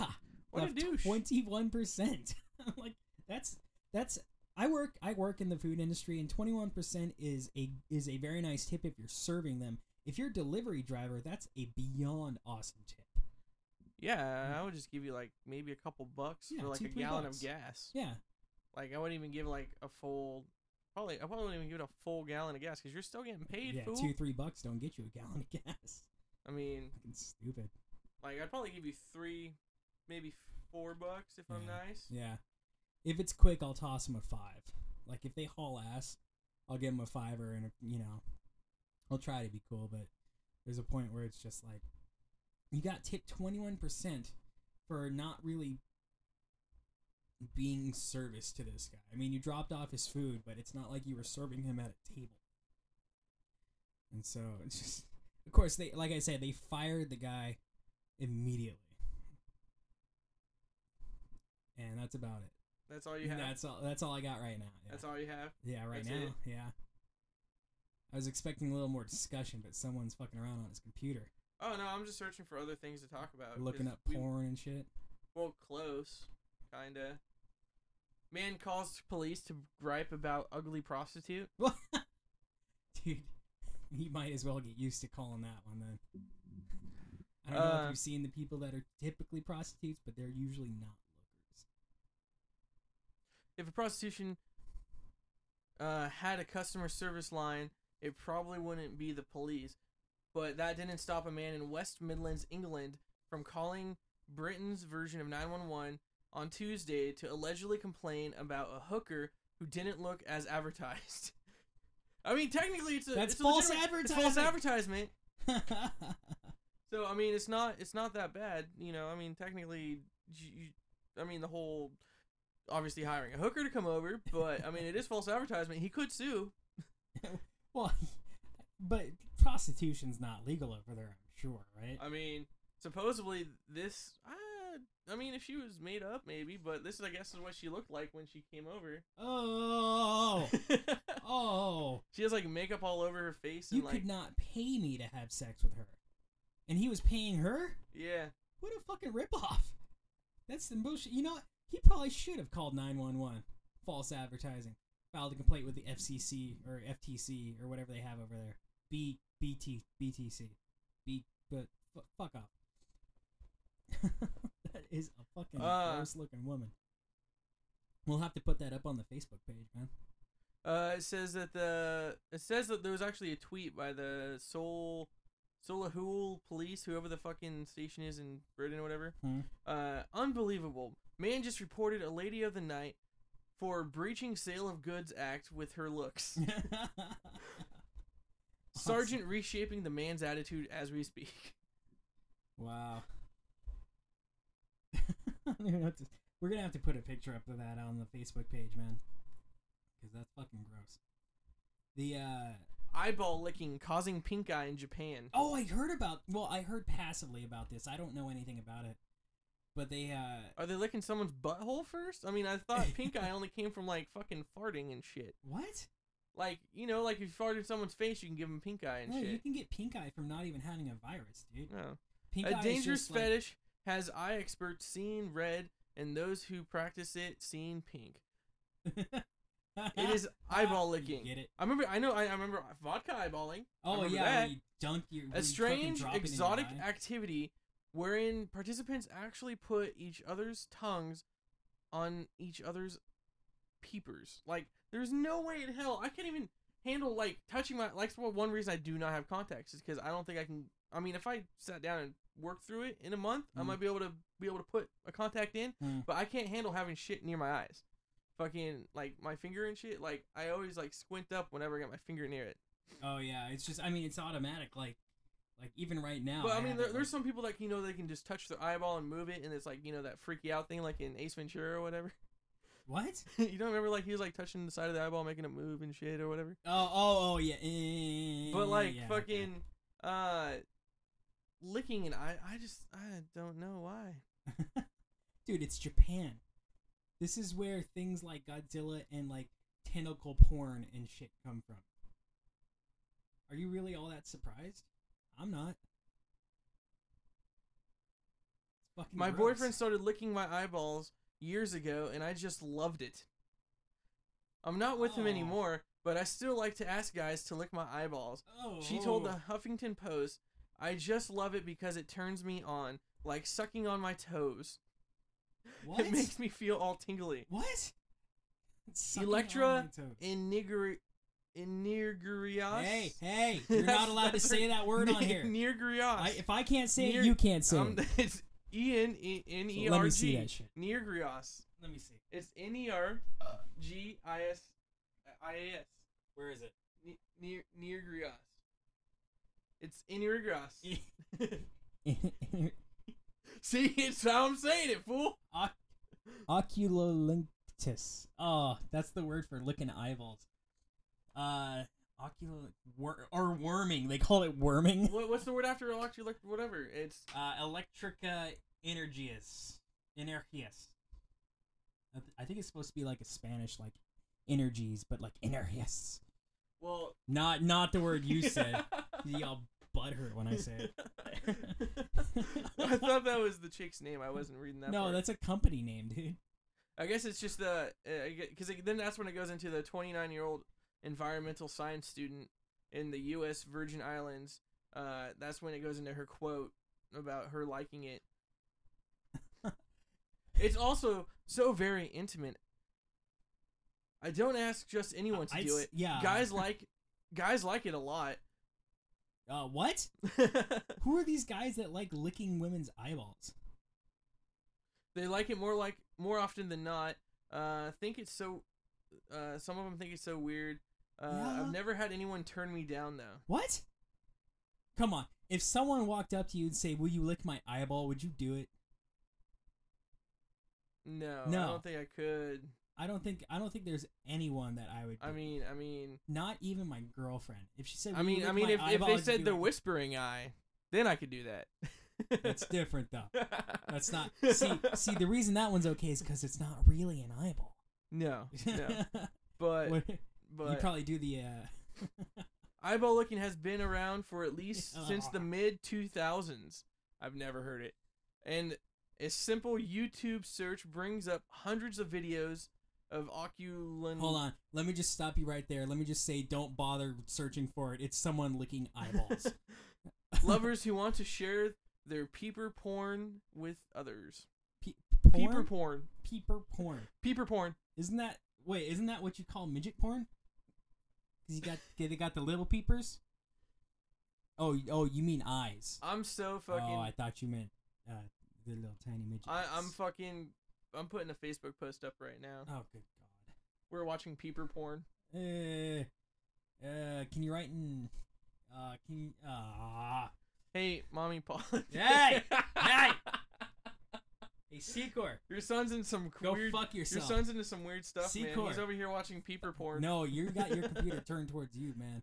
Speaker 4: What a douche.
Speaker 3: Twenty one percent. *laughs* Like that's that's. I work I work in the food industry, and twenty one percent is a is a very nice tip if you're serving them. If you're a delivery driver, that's a beyond awesome tip.
Speaker 4: Yeah, I would just give you like maybe a couple bucks
Speaker 3: Mm. Yeah,
Speaker 4: for like
Speaker 3: two,
Speaker 4: a
Speaker 3: three
Speaker 4: gallon
Speaker 3: bucks.
Speaker 4: of gas.
Speaker 3: Yeah.
Speaker 4: Like I wouldn't even give like a full. Probably I probably wouldn't even give it a full gallon of gas because you're still getting paid.
Speaker 3: yeah,
Speaker 4: fool.
Speaker 3: two three bucks don't get you a gallon of gas. *laughs*
Speaker 4: I mean,
Speaker 3: Fucking stupid.
Speaker 4: like I'd probably give you three, maybe four bucks if I'm
Speaker 3: Yeah.
Speaker 4: nice.
Speaker 3: Yeah, if it's quick, I'll toss them a five. Like if they haul ass, I'll give them a fiver, and a, you know, I'll try to be cool. But there's a point where it's just like, you got tipped twenty one percent for not really being service to this guy. I mean, you dropped off his food, but it's not like you were serving him at a table. And so *laughs* it's just, of course, they like I said, they fired the guy immediately. And that's about it.
Speaker 4: That's all you have. That's,
Speaker 3: That's all. That's all I got right now. Yeah,
Speaker 4: all you have.
Speaker 3: yeah right
Speaker 4: that's
Speaker 3: now.
Speaker 4: it.
Speaker 3: Yeah. I was expecting a little more discussion, but someone's fucking around on his computer,
Speaker 4: Oh no, I'm just searching for other things to talk about. 'cause
Speaker 3: looking up
Speaker 4: Oh, we-
Speaker 3: porn and shit. *laughs*
Speaker 4: Well, close, kinda. Man calls to police to gripe about ugly prostitute.
Speaker 3: Dude, you might as well get used to calling that one then. I don't know
Speaker 4: Uh,
Speaker 3: if you've seen the people that are typically prostitutes, but they're usually not lookers.
Speaker 4: If a prostitution uh, had a customer service line, it probably wouldn't be the police. But that didn't stop a man in West Midlands, England, from calling Britain's version of 911 on Tuesday to allegedly complain about a hooker who didn't look as advertised. *laughs* I mean, technically, it's a
Speaker 3: That's
Speaker 4: it's a
Speaker 3: false
Speaker 4: legitimate- it's false
Speaker 3: advertising.
Speaker 4: advertisement.
Speaker 3: *laughs* yeah,
Speaker 4: So I mean, it's not it's not that bad, you know. I mean, technically, you, you, I mean the whole obviously hiring a hooker to come over, but I mean it is false advertisement. He could sue.
Speaker 3: well, *laughs* but prostitution's not legal over there, I'm sure, right?
Speaker 4: I mean, supposedly this. Uh, I mean, if she was made up, maybe, but this is I guess is what she looked like when she came
Speaker 3: *laughs*
Speaker 4: over. *laughs*
Speaker 3: Oh, oh.
Speaker 4: she has like makeup all over her face and
Speaker 3: You
Speaker 4: like
Speaker 3: could not pay me to have sex with her. And he was paying her?
Speaker 4: yeah.
Speaker 3: What a fucking ripoff. That's the bullshit. You know what? He probably should have called 911. False advertising. Filed a complaint with the FCC or FTC or whatever they have over there. B, BT, BTC. B, but f- fuck up. *laughs* that is a fucking
Speaker 4: Uh.
Speaker 3: gross looking woman. We'll have to put that up on the Facebook page, man. *laughs*
Speaker 4: Uh, it says that the it says that there was actually a tweet by the Seoul Solihull police, whoever the fucking station is in Britain or whatever.
Speaker 3: Hmm.
Speaker 4: Uh, unbelievable. Man just reported a lady of the night for breaching sale of goods act with her
Speaker 3: *laughs*
Speaker 4: looks. Sergeant reshaping the man's attitude as we speak.
Speaker 3: Wow. *laughs* I don't even know what to- We're gonna have to put a picture up of that on the Facebook page, man. because that's fucking gross. The uh
Speaker 4: Eyeball licking causing pink eye in Japan.
Speaker 3: oh, I heard about. Well, I heard passively about this. I don't know anything about it, but they uh
Speaker 4: Are they licking someone's butthole first? I mean, I thought pink eye only came from like fucking farting and shit.
Speaker 3: what?
Speaker 4: Like, you know, like if you fart in someone's face, you can give them pink eye and
Speaker 3: No, you
Speaker 4: shit.
Speaker 3: can get pink eye from not even having a virus, dude.
Speaker 4: No.
Speaker 3: Pink eye
Speaker 4: A
Speaker 3: is
Speaker 4: dangerous
Speaker 3: just, like-
Speaker 4: fetish has eye experts seeing red and those who practice it seeing pink.
Speaker 3: *laughs*
Speaker 4: It is eyeball licking.
Speaker 3: Ah, get it?
Speaker 4: I remember. I know. I, I remember vodka eyeballing. I
Speaker 3: Oh
Speaker 4: remember
Speaker 3: yeah,
Speaker 4: that.
Speaker 3: when you dunk your when you
Speaker 4: a
Speaker 3: fucking
Speaker 4: strange
Speaker 3: drop it in your
Speaker 4: exotic
Speaker 3: eye.
Speaker 4: activity wherein participants actually put each other's tongues on each other's peepers. Like, there's no way in hell I can't even handle like touching my like. Well, one reason I do not have contacts is because I don't think I can. I mean, if I sat down and worked through it in a month, I
Speaker 3: Mm.
Speaker 4: might be able to be able to put a contact in,
Speaker 3: Mm.
Speaker 4: but I can't handle having shit near my eyes. Fucking like my finger and shit. Like I always like squint up whenever I get my finger near it.
Speaker 3: Oh yeah, it's just I mean it's automatic. Like like even right now.
Speaker 4: But I mean,
Speaker 3: have
Speaker 4: there,
Speaker 3: it,
Speaker 4: there's
Speaker 3: like-
Speaker 4: some people that you know they can just touch their eyeball and move it, and it's like you know that freaky out thing, like in Ace Ventura or whatever. *laughs*
Speaker 3: what?
Speaker 4: you don't remember like he was like touching the side of the eyeball, making it move and shit or whatever.
Speaker 3: Oh oh oh yeah. eh,
Speaker 4: But like
Speaker 3: yeah, okay.
Speaker 4: fucking uh, licking an eye, I just I don't know why.
Speaker 3: *laughs* dude, it's Japan. This is where things like Godzilla and like tentacle porn and shit come from. Are you really all that surprised? I'm not. It's fucking
Speaker 4: My
Speaker 3: gross.
Speaker 4: boyfriend started licking my eyeballs years ago, and I just loved it. I'm not with him
Speaker 3: Aw.
Speaker 4: anymore, but I still like to ask guys to lick my eyeballs.
Speaker 3: Oh,
Speaker 4: She told the Huffington Post, I just love it because it turns me on, like sucking on my toes. *laughs*
Speaker 3: what?
Speaker 4: *laughs* It makes me feel all tingly.
Speaker 3: what? Sucking on
Speaker 4: Electra
Speaker 3: my toes.
Speaker 4: Inigri- Inigrias?
Speaker 3: Hey, *laughs* hey!
Speaker 4: *laughs*
Speaker 3: You're not allowed to say that word on here.
Speaker 4: Nirgrias.
Speaker 3: I, if I can't say
Speaker 4: Near-
Speaker 3: it, you can't say
Speaker 4: Um,
Speaker 3: it.
Speaker 4: *laughs* it's E-N-E-N-E-R-G.
Speaker 3: Let me see that shit.
Speaker 4: Nirgrias.
Speaker 3: *laughs* Let me see.
Speaker 4: It's E N-E-R-G-I-S. I-A-S.
Speaker 3: Where *laughs* is it?
Speaker 4: Near Nirgrias. It's Inirgrias. *laughs* See, it's how I'm saying it, fool.
Speaker 3: Oculolinctus. Oh, that's the word for licking eyeballs. Uh, oculo wor- or worming. They call it *laughs* worming.
Speaker 4: what, what's the word after electric? Whatever. It's
Speaker 3: Uh, electrica energias. Energias. I, th- I think it's supposed to be like a Spanish, like energies, but like energias.
Speaker 4: well. *laughs*
Speaker 3: Not not the word you *laughs* said. Y'all butthurt when I say it.
Speaker 4: I thought that was the chick's name. I wasn't reading *laughs* that.
Speaker 3: No,
Speaker 4: part.
Speaker 3: that's a company name, dude.
Speaker 4: I guess it's just the uh, because then that's when it goes into the 29 year old environmental science student in the U.S. Virgin Islands. Uh, that's when it goes into her quote about her liking
Speaker 3: *laughs*
Speaker 4: it. it's also so very intimate. I don't ask just anyone to
Speaker 3: I'd
Speaker 4: do
Speaker 3: Uh, s-
Speaker 4: it.
Speaker 3: yeah. *laughs*
Speaker 4: guys like guys like it a lot. *laughs*
Speaker 3: Uh, what? Who are these guys that like licking women's eyeballs?
Speaker 4: they like it more like more often than not. Uh, think it's so. Uh, some of them think it's so weird. Uh,
Speaker 3: Yeah.
Speaker 4: I've never had anyone turn me down though.
Speaker 3: What? Come on. If someone walked up to you and say, "Will you lick my eyeball?" Would you do it?
Speaker 4: No, I
Speaker 3: No.
Speaker 4: don't think I could.
Speaker 3: I don't think I don't think there's anyone that I would. Do.
Speaker 4: I mean, I mean,
Speaker 3: not even my girlfriend. If she said,
Speaker 4: I
Speaker 3: "Will you
Speaker 4: mean, I
Speaker 3: lick
Speaker 4: mean,
Speaker 3: my
Speaker 4: if, if
Speaker 3: eyeball?"
Speaker 4: they
Speaker 3: I'd
Speaker 4: said
Speaker 3: be
Speaker 4: the
Speaker 3: like,
Speaker 4: whispering eye, then I could do that.
Speaker 3: *laughs* that's different though. That's not. See, see, the reason that one's okay is because it's not really an eyeball.
Speaker 4: *laughs* no,
Speaker 3: *laughs*
Speaker 4: no. But
Speaker 3: What- you
Speaker 4: but
Speaker 3: probably do the. uh
Speaker 4: eyeball looking has been around for at
Speaker 3: *laughs*
Speaker 4: least
Speaker 3: Yeah.
Speaker 4: since the mid 2000s. I've never heard it. And a simple YouTube search brings up hundreds of videos of oculin.
Speaker 3: Hold on. Let me just stop you right there. Let me just say, don't bother searching for it. It's someone licking
Speaker 4: *laughs*
Speaker 3: *laughs* eyeballs.
Speaker 4: Lovers who want to share their peeper porn with others.
Speaker 3: Pe-
Speaker 4: Peeper
Speaker 3: porn.
Speaker 4: porn.
Speaker 3: Peeper porn.
Speaker 4: Peeper porn.
Speaker 3: Isn't that wait? Isn't that what you call midget porn? Cause you got they got the little peepers. Oh, y- oh, you mean eyes?
Speaker 4: I'm so fucking.
Speaker 3: oh, I
Speaker 4: I,
Speaker 3: thought you meant uh, the little tiny midget.
Speaker 4: I'm fucking. I'm putting a Facebook post up right now.
Speaker 3: oh, good
Speaker 4: We're watching peeper porn.
Speaker 3: god. Uh, uh, can you write in? Uh, can you? Ah,
Speaker 4: *laughs* Hey, mommy, Paul. *laughs*
Speaker 3: Hey! Hey! Hey, Secor.
Speaker 4: Your son's in some
Speaker 3: Go
Speaker 4: weird.
Speaker 3: fuck
Speaker 4: your
Speaker 3: yourself.
Speaker 4: son's into some weird stuff, man.
Speaker 3: Secor.
Speaker 4: He's over here watching peeper porn.
Speaker 3: No, you got your computer turned towards you,
Speaker 4: *laughs*
Speaker 3: man.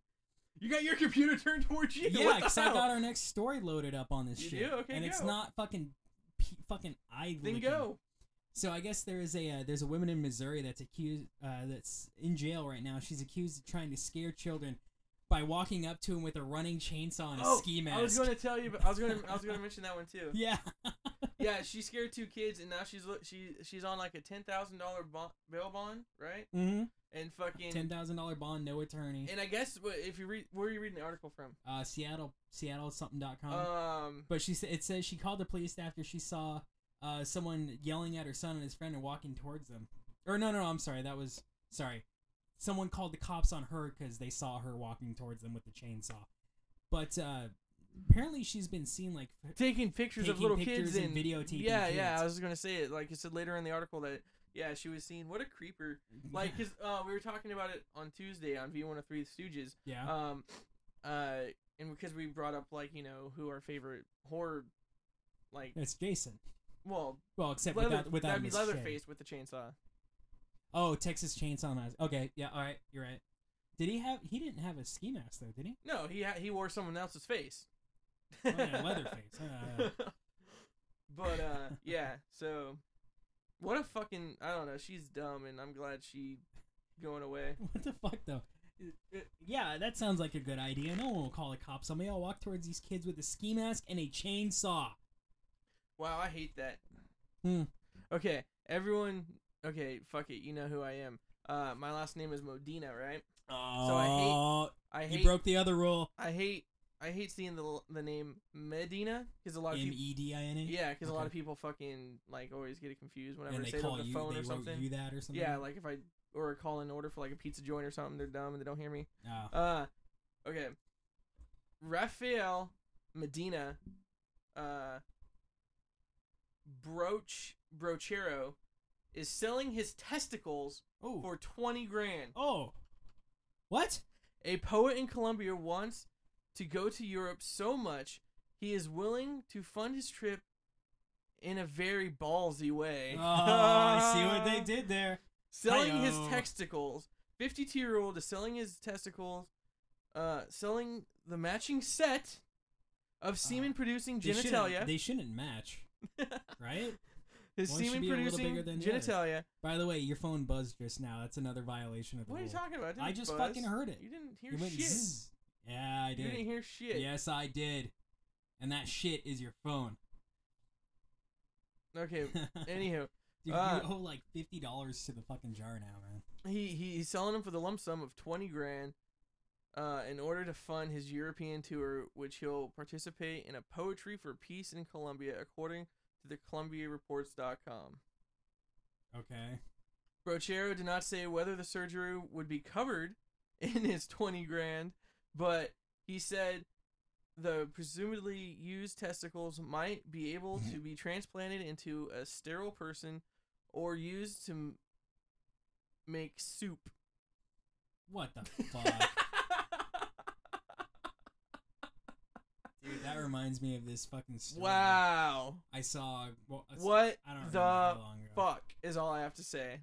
Speaker 4: you got your computer *laughs* turned towards you.
Speaker 3: Yeah,
Speaker 4: What the
Speaker 3: because I
Speaker 4: hell?
Speaker 3: got our next story loaded up on this
Speaker 4: You
Speaker 3: shit,
Speaker 4: do? Okay,
Speaker 3: and it's
Speaker 4: go.
Speaker 3: not fucking, p- fucking eye.
Speaker 4: Then
Speaker 3: licking.
Speaker 4: go.
Speaker 3: So I guess there is a uh, there's a woman in Missouri that's accused uh, that's in jail right now. She's accused of trying to scare children by walking up to him with a running chainsaw and a
Speaker 4: Oh,
Speaker 3: ski mask.
Speaker 4: I was going to tell you, but I was going to I was going to mention that one too.
Speaker 3: *laughs* yeah,
Speaker 4: Yeah, she scared two kids, and now she's lo- she she's on like a ten thousand dollar bail bond, right?
Speaker 3: hmm
Speaker 4: And fucking
Speaker 3: ten thousand dollar bond, no attorney.
Speaker 4: and I guess what- if you read where are you reading the article from?
Speaker 3: Uh, Seattle, Seattle something dot com.
Speaker 4: Um,
Speaker 3: But she sa- it says she called the police after she saw uh, someone yelling at her son and his friend and walking towards them. Or no, no, no, I'm sorry. That was sorry. Someone called the cops on her because they saw her walking towards them with the chainsaw. But uh, apparently, she's been seen like *laughs* f-
Speaker 4: taking pictures of
Speaker 3: Taking
Speaker 4: little
Speaker 3: pictures
Speaker 4: kids
Speaker 3: and
Speaker 4: and
Speaker 3: videotaping
Speaker 4: Yeah, yeah.
Speaker 3: kids.
Speaker 4: I was gonna say it like it said later in the article that yeah she was seen. What a
Speaker 3: *laughs*
Speaker 4: creeper! Like because uh, we were talking about it on Tuesday on V103 Stooges.
Speaker 3: yeah,
Speaker 4: Um, uh, and because we brought up like you know who our favorite horror, like
Speaker 3: it's Jason.
Speaker 4: well
Speaker 3: Well, except
Speaker 4: leather,
Speaker 3: without without
Speaker 4: that'd be
Speaker 3: Miss Shay.
Speaker 4: Leatherface with the chainsaw.
Speaker 3: Oh, Texas Chainsaw Mask. Okay, yeah, all right, you're right. Did he have? He didn't have a ski mask though, did he?
Speaker 4: No, he ha- he wore someone else's face.
Speaker 3: Oh, yeah,
Speaker 4: *laughs*
Speaker 3: Leatherface. Uh,
Speaker 4: but uh, yeah. So, what a fucking I don't know. She's dumb, and I'm glad she going away.
Speaker 3: *laughs* What the fuck though? Uh, Yeah, that sounds like a good idea. No one will call the cops. Somebody will walk towards these kids with a ski mask and a chainsaw.
Speaker 4: Wow, I hate that.
Speaker 3: Hmm.
Speaker 4: Okay, everyone. Okay, fuck it. You know who I am. Uh, my last name is Modena, right? I hate-
Speaker 3: Oh,
Speaker 4: I
Speaker 3: you
Speaker 4: hate.
Speaker 3: broke the other rule.
Speaker 4: I hate. I hate seeing the the name Medina because a lot of
Speaker 3: M
Speaker 4: people.
Speaker 3: E D I N A.
Speaker 4: Yeah, because a lot
Speaker 3: Okay.
Speaker 4: of people fucking like always get it confused whenever I
Speaker 3: and they
Speaker 4: say it
Speaker 3: call
Speaker 4: over the
Speaker 3: you.
Speaker 4: phone
Speaker 3: They
Speaker 4: or
Speaker 3: wrote
Speaker 4: something.
Speaker 3: you that or something.
Speaker 4: Yeah, like if I or I call an order for like a pizza joint or something, they're dumb and they don't hear me.
Speaker 3: Oh,
Speaker 4: Uh, okay. Rafael Medina, uh, Broch Brochero, is selling his testicles
Speaker 3: Oh.
Speaker 4: for twenty grand.
Speaker 3: oh,
Speaker 4: *laughs*
Speaker 3: what?
Speaker 4: A poet in Colombia wants to go to Europe so much he is willing to fund his trip in a very ballsy way.
Speaker 3: Oh, I see what
Speaker 4: *laughs*
Speaker 3: they did there.
Speaker 4: Selling his
Speaker 3: Hi-yo.
Speaker 4: testicles. 52 year old is selling his testicles, uh, selling the matching set of semen producing
Speaker 3: Ah, They shouldn't-
Speaker 4: genitalia.
Speaker 3: They
Speaker 4: *laughs*
Speaker 3: shouldn't match, right?
Speaker 4: his
Speaker 3: one should
Speaker 4: semen
Speaker 3: be a little
Speaker 4: producing
Speaker 3: bigger than the other.
Speaker 4: genitalia.
Speaker 3: By the way, your phone buzzed just now. That's another violation of the
Speaker 4: What are
Speaker 3: rule.
Speaker 4: you talking about? It
Speaker 3: I
Speaker 4: didn't
Speaker 3: just
Speaker 4: buzz.
Speaker 3: fucking heard it.
Speaker 4: You didn't hear
Speaker 3: It went
Speaker 4: shit.
Speaker 3: zzz. Yeah, I
Speaker 4: You
Speaker 3: did.
Speaker 4: didn't hear shit.
Speaker 3: Yes, I did. And that shit is your phone. *laughs*
Speaker 4: Okay. Anywho,
Speaker 3: Dude,
Speaker 4: Uh,
Speaker 3: you owe like fifty dollars to the fucking jar now, man.
Speaker 4: he, he he's selling them for the lump sum of 20 grand uh, in order to fund his European tour, which he'll participate in a poetry for peace in Colombia, according to the ColumbiaReports.com.
Speaker 3: Okay.
Speaker 4: Brochero did not say whether the surgery would be covered *laughs* in his 20 grand, but he said the presumably used testicles might be able to be transplanted into a sterile person or used to m- make soup.
Speaker 3: What
Speaker 4: *laughs*
Speaker 3: the fuck, dude? That reminds me of this fucking story.
Speaker 4: wow.
Speaker 3: I saw. Well, it's-
Speaker 4: What
Speaker 3: I don't remember how
Speaker 4: the
Speaker 3: long ago.
Speaker 4: fuck is all I have to say.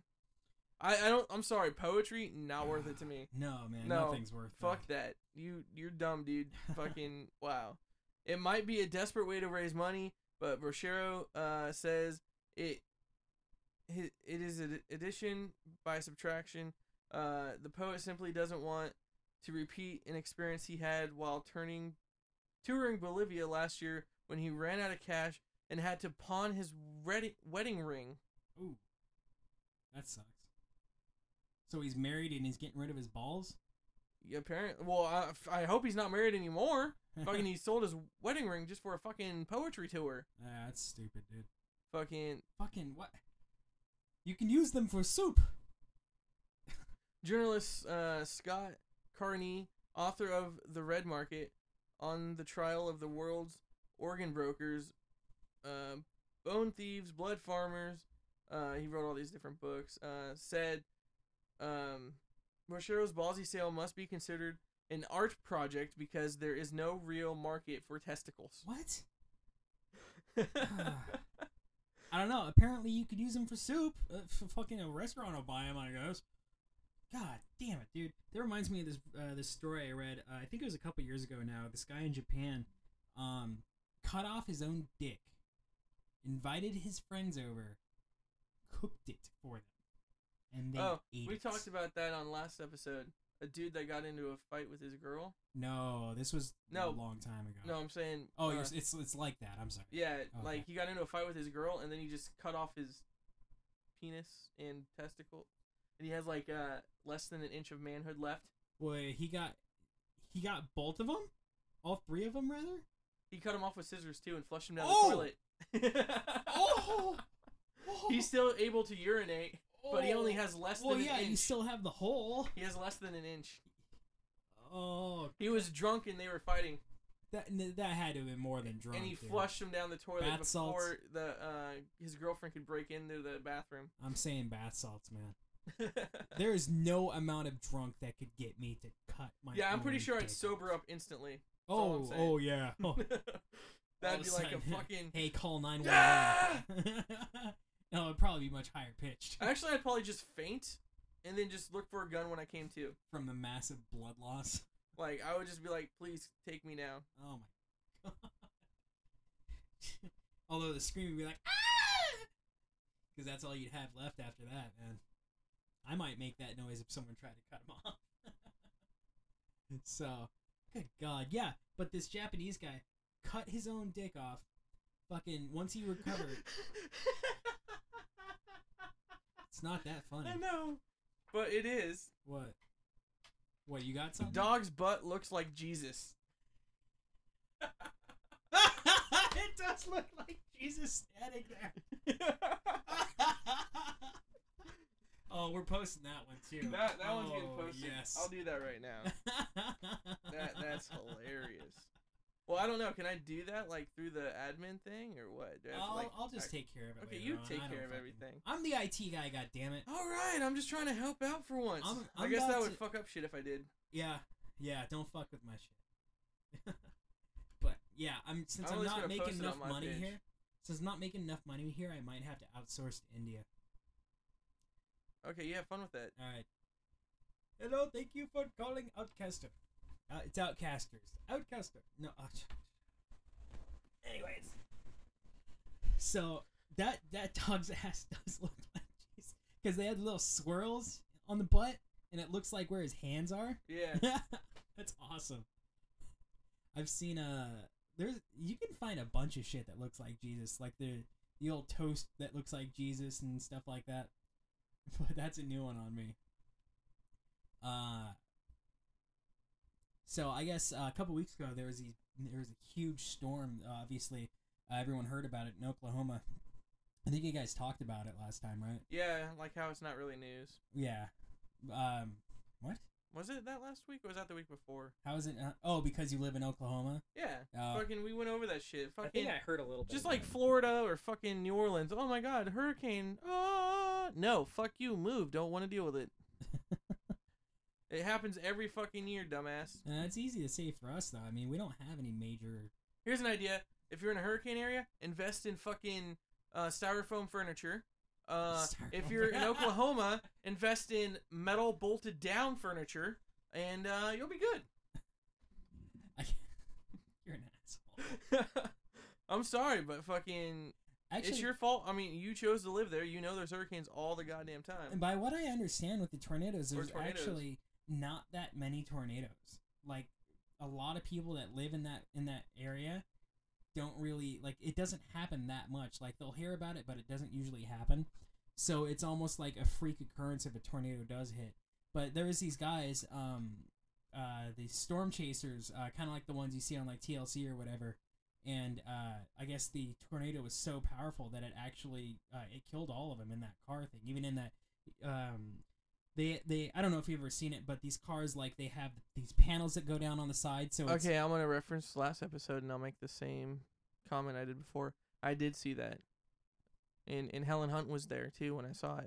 Speaker 4: I, I don't I'm sorry, poetry not worth it to me.
Speaker 3: No, man.
Speaker 4: No,
Speaker 3: nothing's worth.
Speaker 4: Fuck that. You you're dumb,
Speaker 3: *laughs*
Speaker 4: dude. Fucking wow. It might be a desperate way to raise money, but Brochero uh, says it hi- it is an addition by subtraction. Uh, the poet simply doesn't want to repeat an experience he had while turning touring Bolivia last year when he ran out of cash and had to pawn his redi- wedding ring.
Speaker 3: That. Ooh, that sucks. So he's married and he's getting rid of his balls.
Speaker 4: Apparently, well, I, I hope he's not married anymore. Fucking, he sold his wedding ring just for a fucking poetry tour.
Speaker 3: Ah, that's stupid, dude.
Speaker 4: Fucking
Speaker 3: Fucking what? You can use them for soup.
Speaker 4: journalist uh, Scott Carney, author of The Red Market, on the trial of the world's organ brokers, uh, bone thieves, blood farmers. Uh, he wrote all these different books. Uh, said, um, Rochero's ballsy sale must be considered an art project because there is no *laughs* real market for testicles.
Speaker 3: What? *sighs* I don't know. Apparently, you could use them for soup. Uh, for fucking a restaurant will buy them, I guess. God damn it, dude. That reminds me of this uh, this story I read. Uh, I think it was a couple years ago now. This guy in Japan um, cut off his own dick, invited his friends over, cooked it for them, and they
Speaker 4: oh,
Speaker 3: ate
Speaker 4: we
Speaker 3: it.
Speaker 4: talked about that on last episode. A dude that got into a fight with his girl.
Speaker 3: no, this was
Speaker 4: No.
Speaker 3: a long time ago.
Speaker 4: No, I'm saying.
Speaker 3: Oh,
Speaker 4: uh,
Speaker 3: you're, s- it's it's like that. I'm sorry.
Speaker 4: yeah,
Speaker 3: Okay.
Speaker 4: like he got into a fight with his girl, and then he just cut off his penis and testicle, and he has like uh less than an inch of manhood left.
Speaker 3: Well, he got he got both of them, all three of them rather.
Speaker 4: He cut him off with scissors too, and flushed him down
Speaker 3: Oh!
Speaker 4: the toilet.
Speaker 3: Oh,
Speaker 4: *laughs* *laughs* He's still able to urinate, but he only
Speaker 3: Oh.
Speaker 4: has less
Speaker 3: Well,
Speaker 4: than
Speaker 3: yeah,
Speaker 4: an inch.
Speaker 3: you still have the hole.
Speaker 4: He has less than an inch.
Speaker 3: Oh,
Speaker 4: He was drunk and they were fighting,
Speaker 3: that n- that had to have been more than drunk.
Speaker 4: and he
Speaker 3: dude.
Speaker 4: flushed him down the toilet
Speaker 3: Bath salts.
Speaker 4: before the uh, his girlfriend could break into the bathroom.
Speaker 3: I'm saying bath
Speaker 4: *laughs*
Speaker 3: salts, man. There is no amount of drunk that could get me to cut my.
Speaker 4: yeah, I'm pretty
Speaker 3: own
Speaker 4: sure I'd
Speaker 3: dick
Speaker 4: sober up instantly. *laughs* all I'm
Speaker 3: Oh,
Speaker 4: saying.
Speaker 3: oh yeah.
Speaker 4: *laughs*
Speaker 3: Oh, all of
Speaker 4: That'd
Speaker 3: a
Speaker 4: be like a
Speaker 3: sudden, *laughs*
Speaker 4: fucking. *laughs*
Speaker 3: Hey, call nine
Speaker 4: Yeah!
Speaker 3: one one. *laughs* No, it'd probably be much higher pitched
Speaker 4: Actually, I'd probably just faint, and then just look for a gun when I came to.
Speaker 3: from the massive blood loss.
Speaker 4: Like I would just be like, "Please take me now."
Speaker 3: Oh my god. *laughs* Although the scream would be like, ah! Because that's all you'd have left after that, man. I might make that noise if someone tried to cut him *laughs* off. so, good god. Yeah, but this Japanese guy cut his own dick off. Fucking, once he recovered,
Speaker 4: *laughs*
Speaker 3: it's not that funny.
Speaker 4: I know, but it is.
Speaker 3: What? What, you got something?
Speaker 4: Dog's butt looks like Jesus.
Speaker 3: *laughs* it does look like Jesus standing there. *laughs* oh, we're posting that one too.
Speaker 4: That that one's getting
Speaker 3: Oh,
Speaker 4: posted.
Speaker 3: Yes.
Speaker 4: I'll do that right
Speaker 3: *laughs*
Speaker 4: now. That that's hilarious. Well, I don't know. Can I do that like through the admin thing or what? Do I have to,
Speaker 3: I'll,
Speaker 4: like,
Speaker 3: I'll just
Speaker 4: act-
Speaker 3: take care of it.
Speaker 4: Okay,
Speaker 3: later
Speaker 4: you
Speaker 3: on.
Speaker 4: take
Speaker 3: I don't
Speaker 4: care of
Speaker 3: fucking-
Speaker 4: everything.
Speaker 3: I'm the IT guy. God damn it.
Speaker 4: All right, I'm just trying to help out for once.
Speaker 3: I'm-
Speaker 4: i
Speaker 3: I'm
Speaker 4: guess that
Speaker 3: about
Speaker 4: would
Speaker 3: to-
Speaker 4: fuck up shit if I did.
Speaker 3: Yeah, yeah. Don't fuck with my shit. *laughs* but yeah, I'm since
Speaker 4: I'm
Speaker 3: I'm,
Speaker 4: just gonna
Speaker 3: not making
Speaker 4: post it
Speaker 3: enough
Speaker 4: on my
Speaker 3: money
Speaker 4: page.
Speaker 3: here. Since I'm not making enough money here, I might have to outsource to India.
Speaker 4: Okay, you have fun with that.
Speaker 3: All right. Hello, thank you for calling Outcaster. Uh, it's Outcasters. Outcaster. No. Uh, *laughs* Anyways. So that that *laughs* dog's ass does look like Jesus because they had little swirls on the butt, and it looks like where his hands are.
Speaker 4: Yeah.
Speaker 3: *laughs* That's awesome. I've seen uh there's you can find a bunch of shit that looks like Jesus, like the the old toast that looks like Jesus and stuff like that. *laughs* But that's a new one on me. Uh so I guess uh, a couple weeks ago there was these, there was a huge storm. Uh, obviously, uh, everyone heard about it in Oklahoma. I think you guys talked about it last time, right?
Speaker 4: *laughs* yeah, like how it's not really news.
Speaker 3: Yeah. Um, what?
Speaker 4: Was it that last week or was that the week before?
Speaker 3: How is it? Not- oh, because you live in Oklahoma.
Speaker 4: Yeah.
Speaker 3: Oh.
Speaker 4: Fucking, we went over that shit.
Speaker 5: I
Speaker 4: Fucking,
Speaker 5: think I heard a little bit.
Speaker 4: just
Speaker 5: of
Speaker 4: like
Speaker 5: that.
Speaker 4: Florida or fucking New Orleans. Oh my God, hurricane. Ah, no, fuck you, move. Don't want to deal with it. it happens every fucking year, dumbass. *laughs*
Speaker 3: Uh, it's easy to say for us though. I mean, we don't have any major. *laughs*
Speaker 4: Here's an idea: if you're in a hurricane area, invest in fucking uh, styrofoam furniture. Uh, if
Speaker 3: Styrofoam.
Speaker 4: you're
Speaker 3: *laughs*
Speaker 4: in Oklahoma, invest in metal bolted down furniture, and uh, you'll be good. *laughs*
Speaker 3: I You're an asshole.
Speaker 4: I'm sorry, but fucking,
Speaker 3: Actually,
Speaker 4: it's your fault. I mean, you chose to live there. You know there's hurricanes all the goddamn
Speaker 3: and
Speaker 4: time.
Speaker 3: by what I understand with the tornadoes,
Speaker 4: Or
Speaker 3: there's
Speaker 4: tornadoes.
Speaker 3: actually not that many tornadoes. Like a lot of people that live in that in that area don't really like it doesn't happen that much. Like they'll hear about it, but it doesn't usually happen. So it's almost like a freak occurrence if a tornado does hit. But there is these guys, um, uh, the storm chasers, uh, kind of like the ones you see on like TLC or whatever. And uh, I guess the tornado was so powerful that it actually uh, it killed all of them in that car thing. Even in that, um, they they I don't know if you've ever seen it, but these cars like they have these panels that go down on the side, so it's,
Speaker 4: Okay, I'm gonna reference last episode, and I'll make the same comment I did before. I did see that, and and Helen Hunt was there too when I saw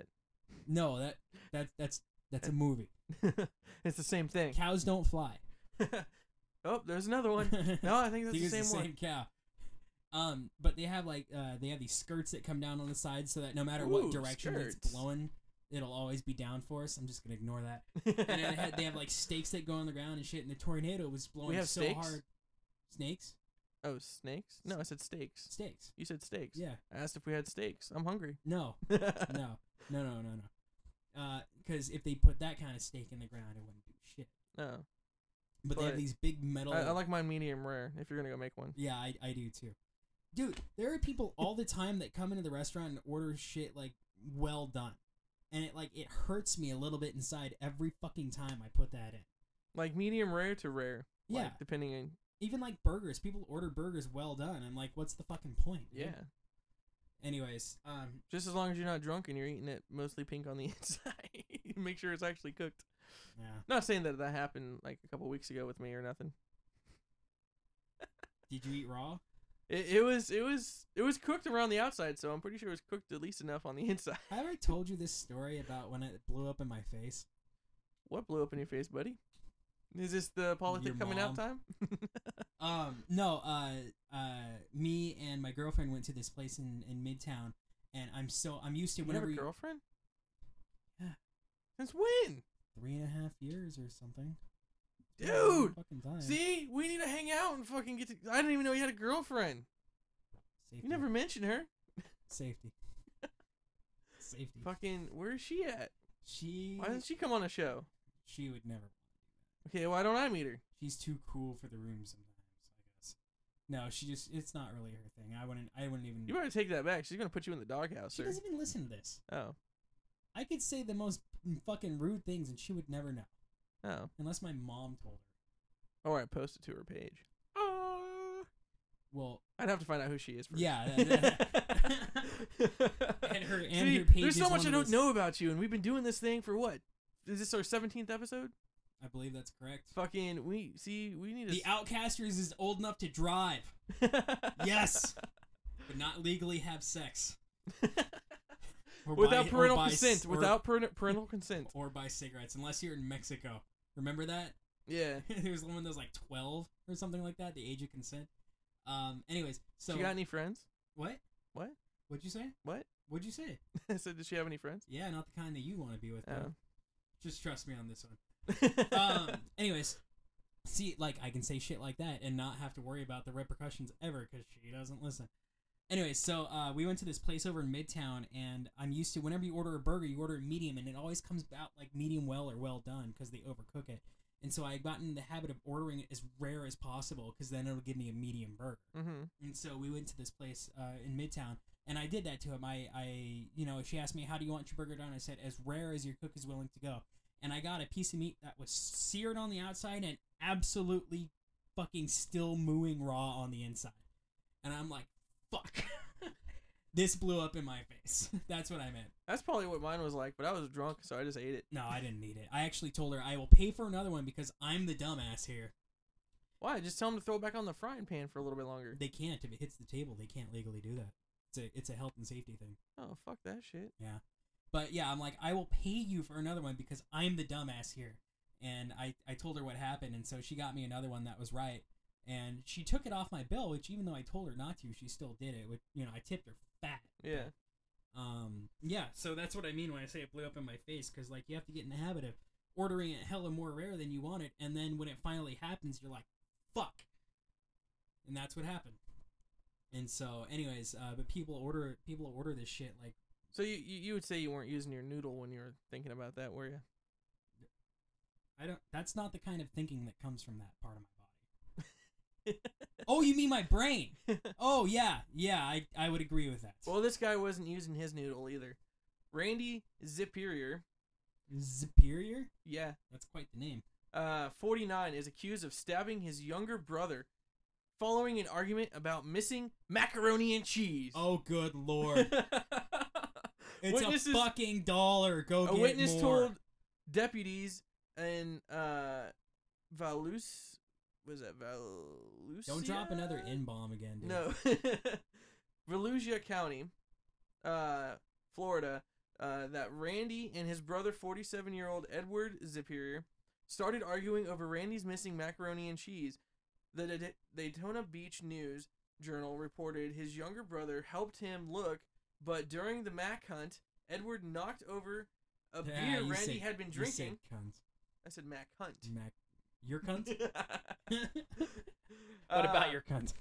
Speaker 3: no that that that's that's a movie.
Speaker 4: it. *laughs* it's the same thing.
Speaker 3: Cows don't fly.
Speaker 4: *laughs*
Speaker 3: *laughs*
Speaker 4: oh, there's another one. No, I think that's the
Speaker 3: He was
Speaker 4: same,
Speaker 3: the same
Speaker 4: one.
Speaker 3: cow. Um, but they have like uh, they have these skirts that come down on the side so that no matter
Speaker 4: Ooh,
Speaker 3: what direction
Speaker 4: skirts.
Speaker 3: it's blowing, it'll always be down for us. I'm just gonna
Speaker 4: *laughs*
Speaker 3: ignore that. And then they had, they have like stakes that go on the ground and shit. And the tornado was blowing
Speaker 4: have
Speaker 3: so
Speaker 4: stakes?
Speaker 3: hard. Snakes,
Speaker 4: *laughs* oh, snakes? No, I said steaks.
Speaker 3: stakes.
Speaker 4: You said steaks.
Speaker 3: Yeah.
Speaker 4: I asked if we had steaks. I'm hungry.
Speaker 3: *laughs* No, no, no, no, no, no. Because if they put that kind of stake in the ground, it wouldn't do shit.
Speaker 4: no.
Speaker 3: But, they have
Speaker 4: But
Speaker 3: these big metal.
Speaker 4: I, I like mine medium rare. If you're gonna go make one.
Speaker 3: Yeah, I, I do too. Dude, there are people
Speaker 4: *laughs*
Speaker 3: all the time that come into the restaurant and order shit like well done. And it like it hurts me a little bit inside every fucking time I put that in.
Speaker 4: Like medium rare to rare.
Speaker 3: Yeah.
Speaker 4: Like, depending on.
Speaker 3: Even like burgers, people order burgers well done. I'm like, what's the fucking point? dude?
Speaker 4: Yeah.
Speaker 3: Anyways, um
Speaker 4: Just as long as you're not drunk and you're eating it mostly pink on the *laughs* inside. *laughs* make sure it's actually cooked.
Speaker 3: yeah.
Speaker 4: Not saying that that happened like a couple weeks ago with me or nothing.
Speaker 3: Did you eat raw?
Speaker 4: It, it was it was it was cooked around the outside, so I'm pretty sure it was cooked at least enough on the *laughs* inside.
Speaker 3: Have I told you this story about when it blew up in my face?
Speaker 4: *laughs* What blew up in your face, buddy? Is this the politic
Speaker 3: Your
Speaker 4: coming out
Speaker 3: mom.
Speaker 4: time?
Speaker 3: Um, no, uh, uh, me and my girlfriend went to this place in, in Midtown, and I'm so I'm used to
Speaker 4: you have
Speaker 3: whenever
Speaker 4: a
Speaker 3: you-
Speaker 4: girlfriend?
Speaker 3: Yeah.
Speaker 4: Since when?
Speaker 3: three and a half years or something. Yeah, it's a long
Speaker 4: Dude!
Speaker 3: fucking time.
Speaker 4: See? We need to hang out and fucking get to I didn't even know you had a girlfriend.
Speaker 3: safety.
Speaker 4: You never mentioned her. *laughs*
Speaker 3: safety. safety.
Speaker 4: Fucking where is she at?
Speaker 3: She
Speaker 4: Why doesn't she come on a show?
Speaker 3: she would never.
Speaker 4: Okay, why don't I meet her?
Speaker 3: She's too cool for the room sometimes. I guess. No, she just it's not really her thing. I wouldn't. I wouldn't even.
Speaker 4: You better take that back. She's gonna put you in the doghouse,
Speaker 3: she
Speaker 4: sir.
Speaker 3: doesn't even listen to this.
Speaker 4: Oh.
Speaker 3: I could say the most fucking rude things, and she would never know
Speaker 4: Oh.
Speaker 3: unless my mom told her.
Speaker 4: Or I post it to her page. Oh,
Speaker 3: Well,
Speaker 4: I'd have to find out who she is first.
Speaker 3: Yeah,
Speaker 4: *laughs*
Speaker 3: that- *laughs* And *laughs* her- and her page
Speaker 4: There's so
Speaker 3: is
Speaker 4: much
Speaker 3: one
Speaker 4: I
Speaker 3: of
Speaker 4: don't
Speaker 3: those-
Speaker 4: know about you, and we've been doing this thing for what? Is this our 17th episode?
Speaker 3: I believe that's correct.
Speaker 4: Fucking, we see, we need
Speaker 3: The Outcasters is old enough to drive,
Speaker 4: to.
Speaker 3: Yes. but not legally have
Speaker 4: *laughs*
Speaker 3: sex. Or
Speaker 4: *laughs* without
Speaker 3: buy- or
Speaker 4: parental
Speaker 3: buy s-
Speaker 4: consent.
Speaker 3: or-
Speaker 4: Without parental,
Speaker 3: *laughs*
Speaker 4: parental consent.
Speaker 3: or buy cigarettes unless you're in Mexico. Remember that? *laughs*
Speaker 4: Yeah.
Speaker 3: there was one that was like 12 or something like that, the age of consent. Um. Anyways,
Speaker 4: *laughs*
Speaker 3: so
Speaker 4: she got any friends? *laughs*
Speaker 3: what?
Speaker 4: What?
Speaker 3: What'd you say?
Speaker 4: What?
Speaker 3: What'd you say?
Speaker 4: I said, does she have any friends?
Speaker 3: *laughs* Yeah, not the kind that you want to be with. though.
Speaker 4: Oh.
Speaker 3: Just trust me on this one. Um. anyways, see, like I can say shit like that and not have to worry about the repercussions ever because she doesn't listen. Anyways, so uh, we went to this place over in Midtown, and I'm used to whenever you order a burger, you order it medium, and it always comes out like medium well or well done because they overcook it. And so I had gotten in the habit of ordering it as rare as possible because then it'll give me a medium burger.
Speaker 4: mm-hmm.
Speaker 3: And so we went to this place uh, in Midtown, and I did that to him. I, I, you know, she asked me, "How do you want your burger done?" I said, "As rare as your cook is willing to go." And I got a piece of meat that was seared on the outside and absolutely fucking still mooing raw on the inside. And I'm like, "Fuck." *laughs* This blew up in my face. *laughs* That's what I meant.
Speaker 4: That's probably what mine was like, but I was drunk, so I just ate it.
Speaker 3: No, I didn't need it. I actually told her I will pay for another one because I'm the dumbass here.
Speaker 4: Why? Just tell them to throw it back on the frying pan for a little bit longer.
Speaker 3: They can't if it hits the table. They can't legally do that. It's a it's a health and safety thing.
Speaker 4: Oh, fuck that shit.
Speaker 3: But yeah, I'm like, I will pay you for another one because I'm the dumbass here. And I, I told her what happened, and so she got me another one that was right. And she took it off my bill, which even though I told her not to, she still did it. Which you know, I tipped her fat.
Speaker 4: Yeah.
Speaker 3: Um. Yeah. So that's what I mean when I say it blew up in my face, because like you have to get in the habit of ordering it hella more rare than you want it, and then when it finally happens, you're like, fuck. And that's what happened. And so, anyways, uh, but people order people order this shit like.
Speaker 4: So you, you you would say you weren't using your noodle when you were thinking about that, were you?
Speaker 3: I don't. That's not the kind of thinking that comes from that part of my body. *laughs* oh, you mean my
Speaker 4: *laughs*
Speaker 3: brain? Oh yeah, yeah. I I would agree with that.
Speaker 4: well, this guy wasn't using his noodle either. Randy Zipirier,
Speaker 3: Superior.
Speaker 4: yeah,
Speaker 3: That's quite
Speaker 4: *laughs*
Speaker 3: the name.
Speaker 4: uh, 49, is accused of stabbing his younger brother following an argument about missing macaroni and cheese. *laughs*
Speaker 3: Oh good lord! It's
Speaker 4: Witnesses-
Speaker 3: a fucking dollar. Go
Speaker 4: a
Speaker 3: get
Speaker 4: witness
Speaker 3: more.
Speaker 4: told deputies in uh, Valus, was that Valus?
Speaker 3: Don't drop another N bomb again, dude.
Speaker 4: No. *laughs* Volusia County, uh, Florida, uh, that Randy and his brother, 47 year old Edward Zapier, started arguing over Randy's missing macaroni and cheese. The De- Daytona Beach News Journal reported his younger brother helped him look, but during the Mac hunt, Edward knocked over a
Speaker 3: Ah,
Speaker 4: beer
Speaker 3: you
Speaker 4: Randy
Speaker 3: said-
Speaker 4: had been
Speaker 3: you
Speaker 4: drinking.
Speaker 3: said cunt.
Speaker 4: I said Mac hunt.
Speaker 3: Mac, your
Speaker 4: *laughs*
Speaker 3: cunt. *laughs*
Speaker 4: Uh,
Speaker 3: what about your cunt?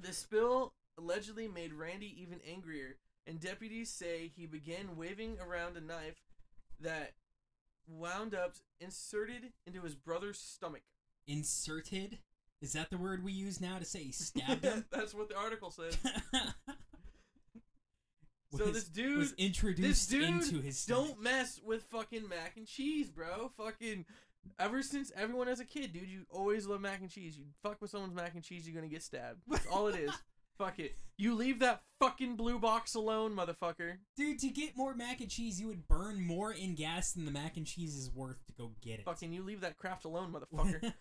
Speaker 4: The spill allegedly made Randy even angrier, and deputies say he began waving around a knife that wound up inserted into his brother's stomach.
Speaker 3: Inserted. Is that the word we use now to say
Speaker 4: *laughs*
Speaker 3: he stabbed him?
Speaker 4: That's what the article
Speaker 3: *laughs*
Speaker 4: says.
Speaker 3: was,
Speaker 4: so this dude,
Speaker 3: was
Speaker 4: this
Speaker 3: introduced
Speaker 4: dude,
Speaker 3: into his stomach.
Speaker 4: don't mess with fucking mac and cheese, bro. Fucking, ever since everyone as a kid, dude, you always love mac and cheese. You fuck with someone's mac and cheese, you're gonna get stabbed. That's all
Speaker 3: *laughs*
Speaker 4: it is. Fuck it. You leave that fucking blue box alone, motherfucker.
Speaker 3: Dude, to get more mac and cheese, you would burn more in gas than the mac and cheese is worth to go get it.
Speaker 4: Fucking, you leave that craft alone,
Speaker 3: *laughs*
Speaker 4: motherfucker.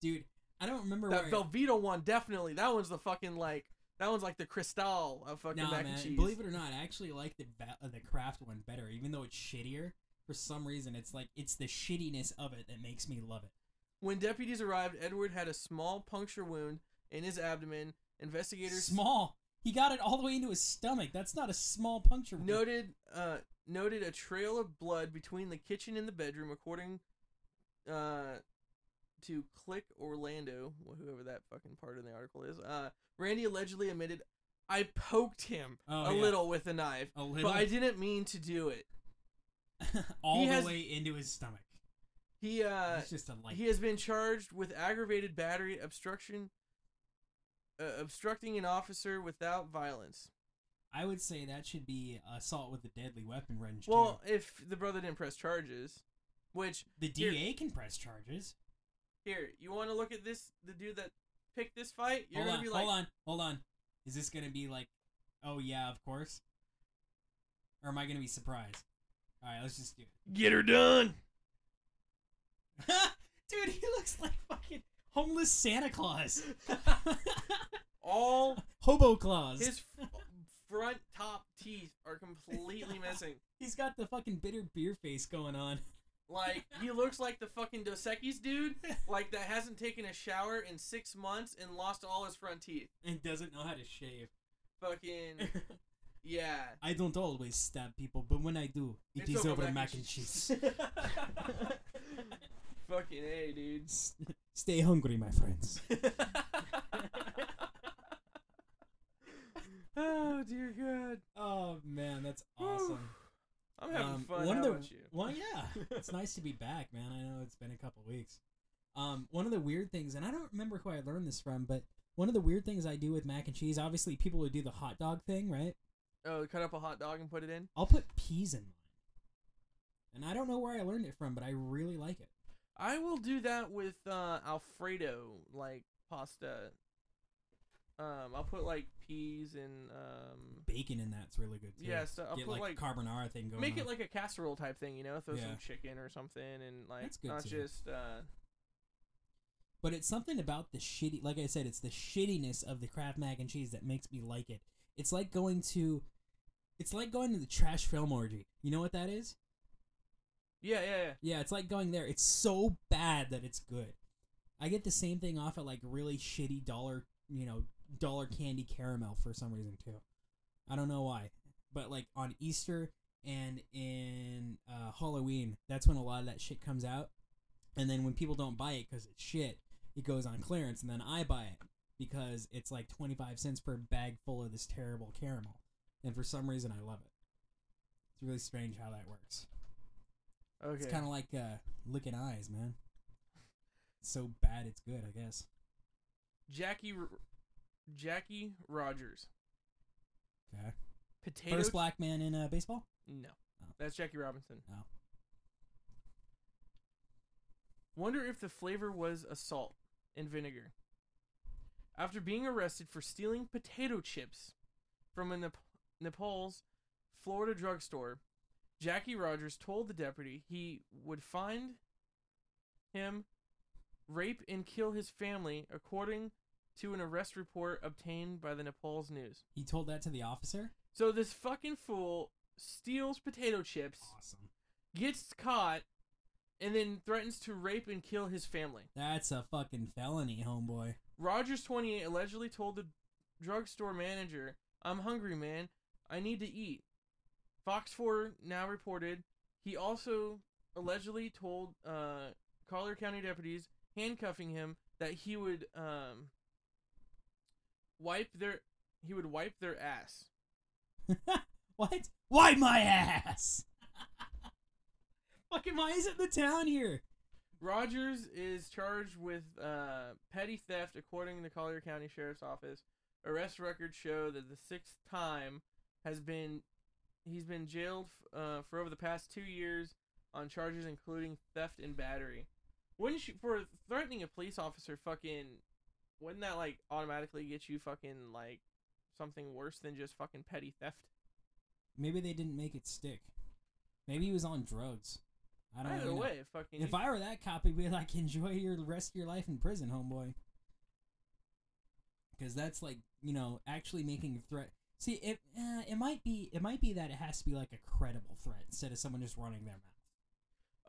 Speaker 3: Dude, I don't remember
Speaker 4: That
Speaker 3: where.
Speaker 4: Velveeta one, definitely. That one's the fucking like. That one's like the Cristal of fucking
Speaker 3: nah,
Speaker 4: mac
Speaker 3: man.
Speaker 4: and cheese.
Speaker 3: Believe it or not, I actually like the va- uh, the craft one better, even though it's shittier. For some reason, it's like it's the shittiness of it that makes me love it.
Speaker 4: When deputies arrived, Edward had a small puncture wound in his abdomen. Investigators
Speaker 3: Small. He got it all the way into his stomach. That's not a small puncture. wound.
Speaker 4: noted uh, noted a trail of blood between the kitchen and the bedroom, according uh, to Click Orlando, wh- whoever that fucking part in the article is. Uh, Randy allegedly admitted, "I poked him
Speaker 3: Oh,
Speaker 4: a
Speaker 3: yeah.
Speaker 4: little with a knife,
Speaker 3: A little?
Speaker 4: but I didn't mean to do it."
Speaker 3: all
Speaker 4: he
Speaker 3: the
Speaker 4: has-
Speaker 3: way into his stomach.
Speaker 4: He uh,
Speaker 3: it's just a light.
Speaker 4: he has been charged with aggravated battery obstruction uh, obstructing an officer without violence
Speaker 3: I would say that should be assault with a deadly weapon range.
Speaker 4: well if the brother didn't press charges which
Speaker 3: too. the
Speaker 4: here-
Speaker 3: DA can press charges.
Speaker 4: here you want to look at this the dude that picked this fight you're
Speaker 3: hold
Speaker 4: gonna
Speaker 3: on,
Speaker 4: be like
Speaker 3: hold on, hold on. Is this gonna be like, oh yeah, of course, or am I gonna be surprised? All right, let's just do it.
Speaker 4: get her done
Speaker 3: *laughs* Dude, he looks like fucking homeless Santa Claus, *laughs*
Speaker 4: all
Speaker 3: Hobo Claus.
Speaker 4: his f- front top teeth are completely missing
Speaker 3: He's got the fucking bitter beer face going on. *laughs*
Speaker 4: like he looks like the fucking Dos Equis dude like that hasn't taken a shower in six months and lost all his front teeth
Speaker 3: And doesn't know how to shave.
Speaker 4: fucking yeah
Speaker 3: *laughs* I don't always stab people, but when I do,
Speaker 4: It's
Speaker 3: it's
Speaker 4: over
Speaker 3: over
Speaker 4: mac
Speaker 3: mac
Speaker 4: and
Speaker 3: and cheese.
Speaker 4: Fucking A,
Speaker 3: *laughs*
Speaker 4: dude.
Speaker 3: S- Stay hungry, my friends.
Speaker 4: oh, dear God.
Speaker 3: Oh man, that's
Speaker 4: Whew.
Speaker 3: awesome.
Speaker 4: I'm *laughs* having
Speaker 3: Um,
Speaker 4: fun.
Speaker 3: One
Speaker 4: How
Speaker 3: of the,
Speaker 4: about you?
Speaker 3: Well, yeah, it's nice to be back, man. I know it's been a couple weeks. Um, one of the weird things, and I don't remember who I learned this from, but one of the weird things I do with mac and cheese, obviously, people would do the hot dog thing, right?
Speaker 4: Oh, cut up a hot dog and put it in?
Speaker 3: I'll put peas in mine, and I don't know where I learned it from, but I really like it.
Speaker 4: I will do that with uh, Alfredo, like pasta. Um, I'll put like peas and um,
Speaker 3: Bacon in that's really good too.
Speaker 4: Yeah, so I'll
Speaker 3: Get
Speaker 4: put,
Speaker 3: like, carbonara thing going.
Speaker 4: make
Speaker 3: on.
Speaker 4: it like a casserole type thing, you know, throw
Speaker 3: Yeah.
Speaker 4: some chicken or something, and like
Speaker 3: That's good,
Speaker 4: not
Speaker 3: too.
Speaker 4: just uh,
Speaker 3: But it's something about the shitty, like I said, it's the shittiness of the Kraft mac and cheese that makes me like it. It's like going to, it's like going to the trash film orgy. You know what that is?
Speaker 4: yeah, yeah, yeah.
Speaker 3: Yeah, it's like going there. It's so bad that it's good. I get the same thing off at like really shitty dollar, you know, dollar candy caramel for some reason too. I don't know why, but like on Easter and in uh, Halloween, that's when a lot of that shit comes out. And then when people don't buy it because it's shit, it goes on clearance, and then I buy it because it's like twenty five cents per bag full of this terrible caramel. And for some reason, I love it. It's really strange how that works.
Speaker 4: Okay.
Speaker 3: It's kind of like uh, licking eyes, man. It's so bad, it's good, I guess.
Speaker 4: Jackie, R- Jackie Rogers.
Speaker 3: Okay.
Speaker 4: Potato.
Speaker 3: First black man in uh, baseball.
Speaker 4: No,
Speaker 3: Oh.
Speaker 4: that's Jackie Robinson.
Speaker 3: Oh.
Speaker 4: Wonder if the flavor was a salt and vinegar. After being arrested for stealing potato chips from a Nep- Nepal's Florida drugstore, Jackie Rogers told the deputy he would find him, rape, and kill his family, according to an arrest report obtained by the Nepal's news.
Speaker 3: He told that to the officer.
Speaker 4: So this fucking fool steals potato chips,
Speaker 3: Awesome.
Speaker 4: gets caught, and then threatens to rape and kill his family.
Speaker 3: That's a fucking felony, homeboy.
Speaker 4: Rogers, 28, allegedly told the drugstore manager, I'm hungry, man. I need to eat. Fox 4 now reported he also allegedly told uh, Collier County deputies handcuffing him that he would um, wipe their he would wipe their ass.
Speaker 3: What? Why my ass? *laughs* fucking why is it the town here?
Speaker 4: Rogers is charged with uh, petty theft, according to Collier County Sheriff's Office. Arrest records show that the sixth time has been he's been jailed uh, for over the past two years on charges including theft and battery. Wouldn't you for threatening a police officer? Fucking wouldn't that like automatically get you fucking like something worse than just fucking petty theft?
Speaker 3: Maybe they didn't make it stick. Maybe he was on drugs. I don't
Speaker 4: Either
Speaker 3: really know.
Speaker 4: way, fucking
Speaker 3: If
Speaker 4: you-
Speaker 3: I were that cop, I'd be like, *laughs* enjoy your the rest of your life in prison, homeboy. Because that's like you know actually making a threat. See, it uh, it might be it might be that it has to be like a credible threat instead of someone just running their mouth.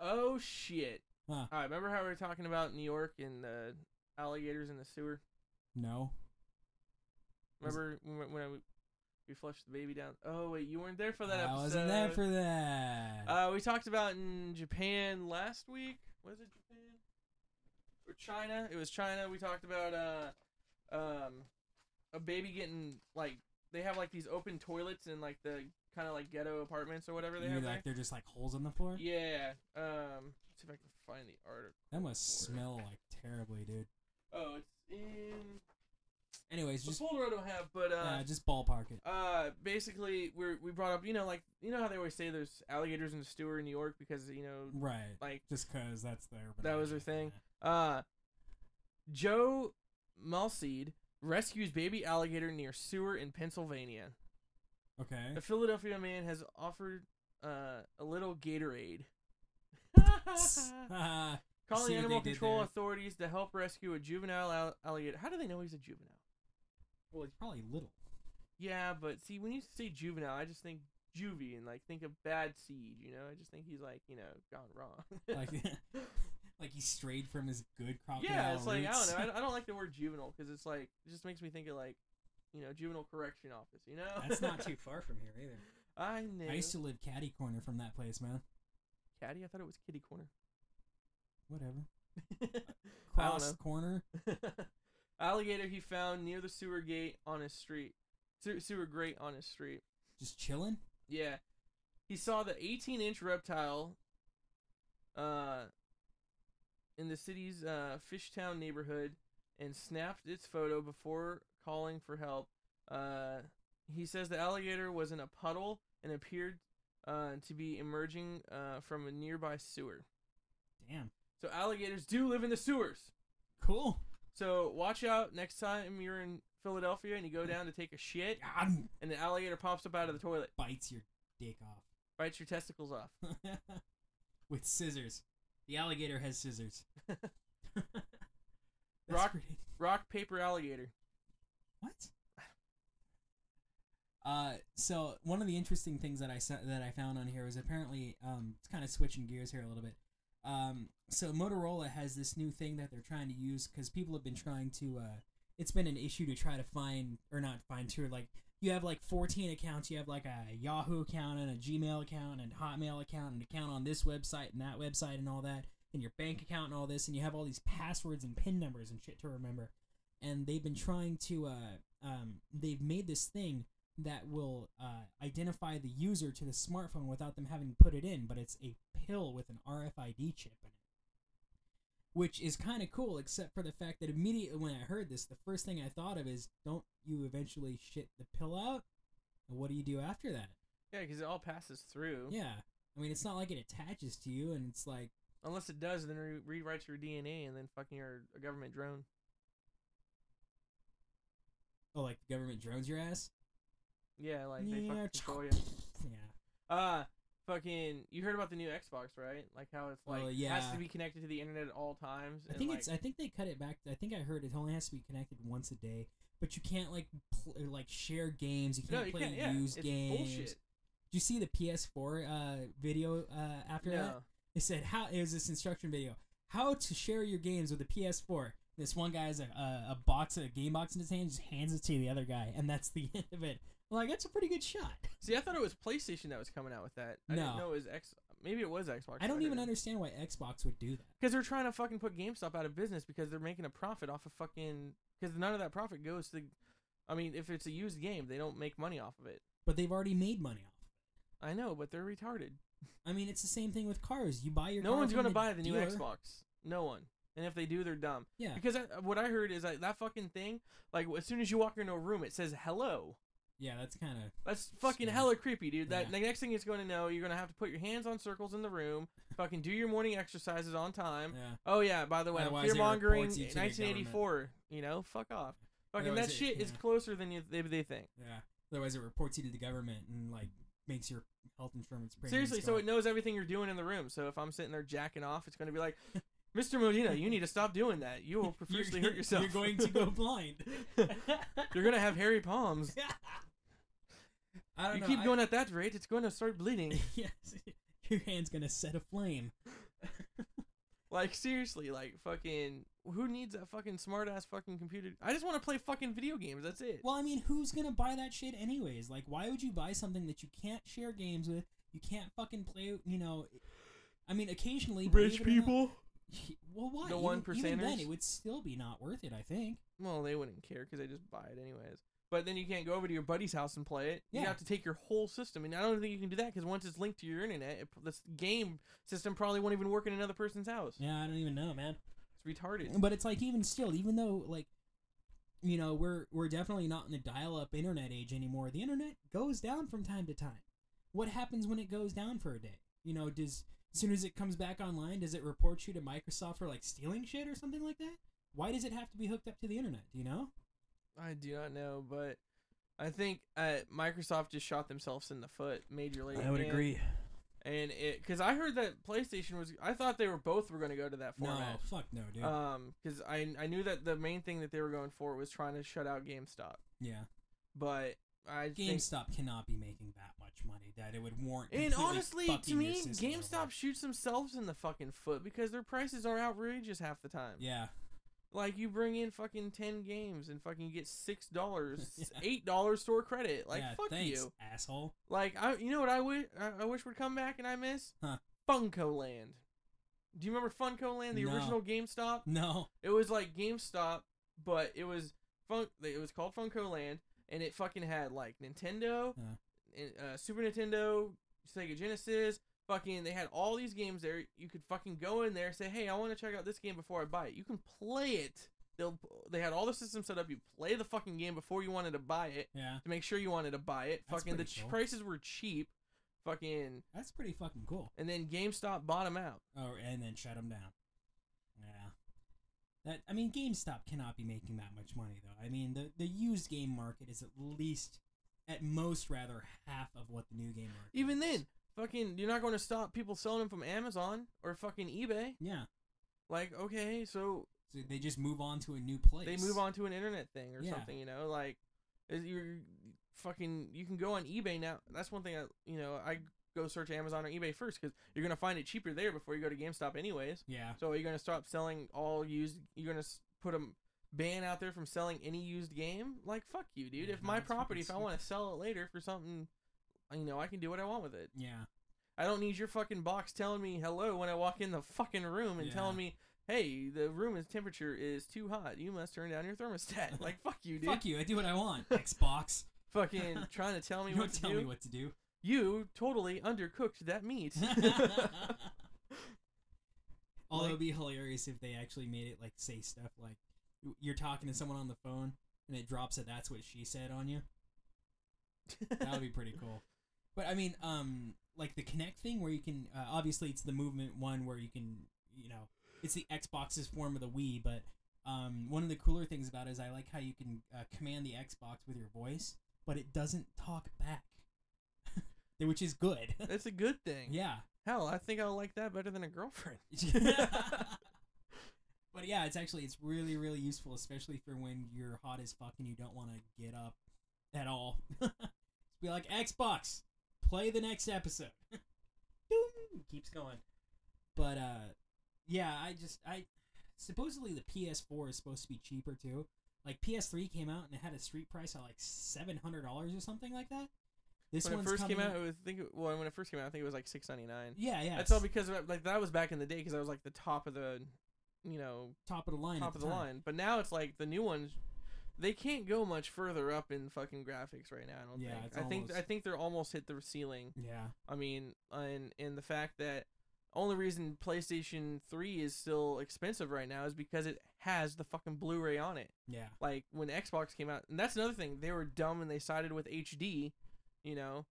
Speaker 4: oh shit!
Speaker 3: Huh.
Speaker 4: All right, remember how we were talking about New York and the alligators in the sewer?
Speaker 3: No, Was-
Speaker 4: Remember when, we- when I, we flushed the baby down? Oh wait, you weren't there for that
Speaker 3: I
Speaker 4: episode.
Speaker 3: wasn't there for that.
Speaker 4: Uh, we talked about in Japan last week. Was it Japan or China? It was China. We talked about uh, um, a baby getting like they have like these open toilets in like the kind of like ghetto apartments or whatever
Speaker 3: you
Speaker 4: they
Speaker 3: mean
Speaker 4: have
Speaker 3: like
Speaker 4: there.
Speaker 3: they're just like holes on the floor?
Speaker 4: Yeah. Um, let's see if I can find the art.
Speaker 3: That must smell like terribly, dude.
Speaker 4: Oh, it's in.
Speaker 3: Anyways,
Speaker 4: The
Speaker 3: just
Speaker 4: folder I don't have, but uh,
Speaker 3: uh, just ballpark it.
Speaker 4: Uh, basically, we are we brought up, you know, like you know how they always say there's alligators in the sewer in New York because you know,
Speaker 3: Right,
Speaker 4: like
Speaker 3: just cause that's their.
Speaker 4: That was her thing. uh, Joe Mulseed rescues baby alligator near sewer in Pennsylvania.
Speaker 3: Okay.
Speaker 4: A Philadelphia man has offered uh a little
Speaker 3: *laughs*
Speaker 4: Gatorade. *laughs*
Speaker 3: Ah, See what
Speaker 4: Calling
Speaker 3: they
Speaker 4: animal
Speaker 3: did
Speaker 4: control
Speaker 3: there.
Speaker 4: authorities to help rescue a juvenile al- alligator. How do they know he's a juvenile?
Speaker 3: well, it's *laughs* probably little.
Speaker 4: Yeah, but see, when you say juvenile, I just think juvie and like think of bad seed. You know, I just think he's like you know gone *laughs* wrong.
Speaker 3: like *laughs* like he strayed from his good crocodile
Speaker 4: yeah, it's like I
Speaker 3: roots.
Speaker 4: don't know. I don't, I don't like the word juvenile because it's like it just makes me think of like you know juvenile correction office. You
Speaker 3: *laughs*
Speaker 4: know,
Speaker 5: That's not too far from here either.
Speaker 4: *laughs* I know.
Speaker 3: I used to live catty corner from that place, man.
Speaker 4: Caddy. I thought it was kitty corner. *laughs*
Speaker 3: Whatever.
Speaker 4: I don't
Speaker 3: Cross corner.
Speaker 4: know. Alligator he found near the sewer gate on his street, Se- sewer grate on his street.
Speaker 3: Just chilling.
Speaker 4: Yeah. He saw the 18 inch reptile uh, in the city's uh, Fishtown neighborhood and snapped its photo before calling for help. Uh, he says the alligator was in a puddle and appeared uh, to be emerging uh, from a nearby sewer.
Speaker 3: Damn.
Speaker 4: So, alligators do live in the sewers.
Speaker 3: Cool.
Speaker 4: So, watch out next time you're in Philadelphia and you go down to take a
Speaker 3: *laughs*
Speaker 4: shit
Speaker 3: Ah,
Speaker 4: and an alligator pops up out of the toilet,
Speaker 3: bites your dick off *laughs*
Speaker 4: bites your testicles off.
Speaker 3: with scissors. The alligator has scissors. *laughs* That's
Speaker 4: Rock-
Speaker 3: pretty-
Speaker 4: Rock, paper, alligator.
Speaker 3: What? Uh, so one of the interesting things that I sa- that I found on here was apparently um, it's kind of switching gears here a little bit. Um, so Motorola has this new thing that they're trying to use because people have been trying to. Uh, it's been an issue to try to find or not find too. Like you have like 14 accounts. You have like a Yahoo account and a Gmail account and a Hotmail account and an account on this website and that website and all that and your bank account and all this and you have all these passwords and pin numbers and shit to remember and they've been trying to uh, um, they've made this thing that will uh, identify the user to the smartphone without them having to put it in but it's a pill with an rfid chip in it which is kind of cool except for the fact that immediately when i heard this the first thing i thought of is don't you eventually shit the pill out and what do you do after that
Speaker 4: Yeah, because it all passes through.
Speaker 3: yeah i mean it's not like it attaches to you and it's like
Speaker 4: Unless it does, then it re- rewrites your DNA, and then fucking you're a government drone.
Speaker 3: oh like the government drones your ass
Speaker 4: Yeah, like they
Speaker 3: yeah
Speaker 4: fucking control you.
Speaker 3: yeah
Speaker 4: Uh, fucking. You heard about the new Xbox, right? Like how it's like
Speaker 3: Oh,
Speaker 4: has
Speaker 3: yeah.
Speaker 4: to be connected to the internet at all times.
Speaker 3: I
Speaker 4: and,
Speaker 3: think
Speaker 4: like-
Speaker 3: it's. I think they cut it back. I think I heard it only has to be connected once a day, but you can't like pl- or, like share games. You can't
Speaker 4: no, you
Speaker 3: play
Speaker 4: can't. Yeah,
Speaker 3: used
Speaker 4: it's
Speaker 3: games.
Speaker 4: bullshit.
Speaker 3: Did you see the PS4 uh, video uh, after
Speaker 4: No,
Speaker 3: that? It said how it was this instruction video. How to share your games with a PS4. This one guy has a, a, a box, a game box in his hand, just hands it to the other guy, and that's *laughs* the end of it. I'm like that's a pretty good shot.
Speaker 4: See, I thought it was PlayStation that was coming out with that. I
Speaker 3: No.
Speaker 4: didn't know it was X. Maybe it was Xbox.
Speaker 3: I don't even understand why Xbox would do that.
Speaker 4: Because they're trying to fucking put GameStop out of business because they're making a profit off of fucking. Because none of that profit goes to. I mean, if it's a used game, they don't make money off of it.
Speaker 3: But they've already made money off.
Speaker 4: I know, but they're retarded.
Speaker 3: I mean, it's the same thing with cars. You buy your
Speaker 4: no
Speaker 3: car
Speaker 4: one's
Speaker 3: from
Speaker 4: going to buy the new
Speaker 3: dealer.
Speaker 4: Xbox. No one. And if they do, they're dumb.
Speaker 3: Yeah.
Speaker 4: Because I, what I heard is like that fucking thing. Like as soon as you walk into a room, it says hello.
Speaker 3: Yeah, that's kind of
Speaker 4: That's fucking
Speaker 3: Scary.
Speaker 4: hella creepy, dude. That
Speaker 3: Yeah.
Speaker 4: the next thing it's going to know, you're going to have to put your hands on circles in the room. fucking do your morning exercises on time.
Speaker 3: yeah.
Speaker 4: Oh yeah, by the way,
Speaker 3: Otherwise
Speaker 4: fear
Speaker 3: it
Speaker 4: mongering.
Speaker 3: reports you to the
Speaker 4: 1984. You know, fuck off. Fucking
Speaker 3: Otherwise
Speaker 4: that
Speaker 3: it-
Speaker 4: shit is
Speaker 3: yeah.
Speaker 4: closer than you, they, they think.
Speaker 3: Yeah. Otherwise, it reports you to the government and like makes your health insurance. premiums
Speaker 4: Seriously,
Speaker 3: go
Speaker 4: so
Speaker 3: up.
Speaker 4: it knows everything you're doing in the room. So if I'm sitting there jacking off, it's going to be like, *laughs* Mr. Modena, you need to stop doing that.
Speaker 3: *laughs*
Speaker 4: You will profusely hurt yourself.
Speaker 3: You're going to go blind.
Speaker 4: *laughs* you're going to have hairy
Speaker 3: *laughs*
Speaker 4: palms.
Speaker 3: I don't
Speaker 4: You
Speaker 3: know.
Speaker 4: keep
Speaker 3: I-
Speaker 4: going at that rate, it's going to start bleeding.
Speaker 3: *laughs*
Speaker 4: *laughs*
Speaker 3: yes, your hand's gonna set aflame.
Speaker 4: like seriously, like fucking, who needs that fucking smart ass fucking computer? I just want to play fucking video games. That's it.
Speaker 3: Well, I mean, who's gonna buy that shit anyways? Like, why would you buy something that you can't share games with? You can't fucking play. You know, I mean, occasionally believe it or not- Well, why?
Speaker 4: The
Speaker 3: Even-
Speaker 4: one
Speaker 3: Even then,
Speaker 4: percenters?
Speaker 3: it would still be not worth it. I think.
Speaker 4: Well, they wouldn't care because they just buy it anyways. But then you can't go over to your buddy's house and play it. You
Speaker 3: Yeah.
Speaker 4: have to take your whole system, and I don't think you can do that because once it's linked to your internet, it, this game system probably won't even work in another person's house.
Speaker 3: Yeah, I don't even know, man.
Speaker 4: It's retarded.
Speaker 3: But it's like even still, even though like you know, we're we're definitely not in the dial up internet age anymore. The internet goes down from time to time. What happens when it goes down for a day? You know, does as soon as it comes back online, does it report you to Microsoft for like stealing shit or something like that? Why does it have to be hooked up to the internet? Do you know?
Speaker 4: I do not know, but I think uh, Microsoft just shot themselves in the foot majorly. and- and it because I heard that PlayStation was. I thought they were both were going to go to that
Speaker 3: No,
Speaker 4: format.
Speaker 3: fuck no, dude.
Speaker 4: Um, because I I knew that the main thing that they were going for was trying to shut out GameStop,
Speaker 3: yeah,
Speaker 4: but I think
Speaker 3: GameStop cannot be making that much money that it would warrant.
Speaker 4: And
Speaker 3: completely
Speaker 4: honestly, to
Speaker 3: fucking your
Speaker 4: me,
Speaker 3: system over.
Speaker 4: GameStop shoots themselves in the fucking foot because their prices are outrageous half the time.
Speaker 3: Yeah,
Speaker 4: Like you bring in fucking ten games and fucking get
Speaker 3: *laughs*
Speaker 4: six dollars,
Speaker 3: Yeah.
Speaker 4: eight dollars store credit. Like
Speaker 3: yeah,
Speaker 4: fuck
Speaker 3: thanks,
Speaker 4: you.
Speaker 3: asshole. *laughs*
Speaker 4: Like I, you know what I wish I, I wish would come back and I miss
Speaker 3: Huh.
Speaker 4: Funko Land. Do you remember Funko Land, the
Speaker 3: No.
Speaker 4: original GameStop?
Speaker 3: No,
Speaker 4: It was like GameStop, but it was fun. It was called Funko Land, and it fucking had like Nintendo,
Speaker 3: Yeah.
Speaker 4: and, uh, Super Nintendo, Sega Genesis. Fucking, they had all these games there. You could fucking go in there, say, "Hey, I want to check out this game before I buy it." You can play it. They'll they had all the systems set up. You play the fucking game before you wanted to buy it
Speaker 3: yeah,
Speaker 4: to make sure you wanted to buy it.
Speaker 3: That's
Speaker 4: fucking the
Speaker 3: pretty
Speaker 4: ch-
Speaker 3: cool.
Speaker 4: prices were cheap. Fucking,
Speaker 3: that's pretty fucking cool.
Speaker 4: and then GameStop bought them out.
Speaker 3: Oh, and then shut them down. Yeah. That I mean, GameStop cannot be making that much money though. I mean, the the used game market is at least, at most, rather half of what the new game market.
Speaker 4: Even
Speaker 3: is.
Speaker 4: then, fucking, you're not going to stop people selling them from Amazon or fucking eBay.
Speaker 3: Yeah.
Speaker 4: Like, okay, so
Speaker 3: So they just move on to a new place.
Speaker 4: they move on to an internet thing or
Speaker 3: Yeah.
Speaker 4: something, you know? Like, is- you're fucking, you can go on eBay now. That's one thing I, you know, I go search Amazon or eBay first because you're going to find it cheaper there before you go to GameStop, anyways.
Speaker 3: Yeah.
Speaker 4: So are you going to stop selling all used? You're going to put a ban out there from selling any used game? Like, fuck you, dude.
Speaker 3: Yeah,
Speaker 4: if
Speaker 3: no,
Speaker 4: my
Speaker 3: that's fucking
Speaker 4: property, if I
Speaker 3: stupid.
Speaker 4: want to sell it later for something, you know, I can do what I want with it.
Speaker 3: Yeah.
Speaker 4: I don't need your fucking box telling me hello when I walk in the fucking room and
Speaker 3: Yeah.
Speaker 4: telling me, hey, the room is temperature is too hot. You must turn down your thermostat. *laughs* like fuck you, dude.
Speaker 3: Fuck you. I do what
Speaker 4: *laughs*
Speaker 3: I want. Xbox. *laughs*
Speaker 4: Fucking trying to tell me
Speaker 3: You
Speaker 4: what
Speaker 3: don't
Speaker 4: to
Speaker 3: tell
Speaker 4: do.
Speaker 3: me what to do.
Speaker 4: You totally undercooked that meat.
Speaker 3: Although
Speaker 4: Like-
Speaker 3: it'd be hilarious if they actually made it like say stuff like y- you're talking to someone on the phone and it drops a that's what she said on you. That would be pretty cool. But I mean, um, like the Kinect thing where you can uh, obviously it's the movement one where you can you know it's the Xbox's form of the Wii, but um, one of the cooler things about it is I like how you can uh, command the Xbox with your voice, but it doesn't talk back, *laughs* which is good.
Speaker 4: *laughs*
Speaker 3: *laughs*
Speaker 4: That's a good thing.
Speaker 3: yeah.
Speaker 4: Hell, I think I'll like that better than a girlfriend.
Speaker 3: *laughs*
Speaker 4: *laughs*
Speaker 3: but yeah, it's actually it's really really useful, especially for when you're hot as fuck and you don't want to get up at all. *laughs* Be *laughs* like Xbox, play the next episode. Doom, keeps going. But uh, yeah, I just I supposedly the PS4 is supposed to be cheaper too. Like PS3 came out and it had a street price of like seven hundred dollars or something like that. This
Speaker 4: when it
Speaker 3: one's
Speaker 4: first came
Speaker 3: coming-
Speaker 4: out, it was, I think it- well when it first came out, I think it was like six ninety nine.
Speaker 3: yeah, yeah,
Speaker 4: That's all
Speaker 3: it's
Speaker 4: because of, like that was back in the day because I was like the top of the, you know,
Speaker 3: top of the line. at
Speaker 4: top of the
Speaker 3: time.
Speaker 4: line. But now it's like the new ones, they can't go much further up in fucking graphics right now. I don't
Speaker 3: Yeah,
Speaker 4: think.
Speaker 3: it's
Speaker 4: I think I
Speaker 3: almost-
Speaker 4: think they're almost hit the ceiling.
Speaker 3: Yeah,
Speaker 4: I mean, and and the fact that only reason PlayStation Three is still expensive right now is because it has the fucking Blu-ray on it.
Speaker 3: yeah,
Speaker 4: Like when Xbox came out, and that's another thing. They were dumb and they sided with HD. You know.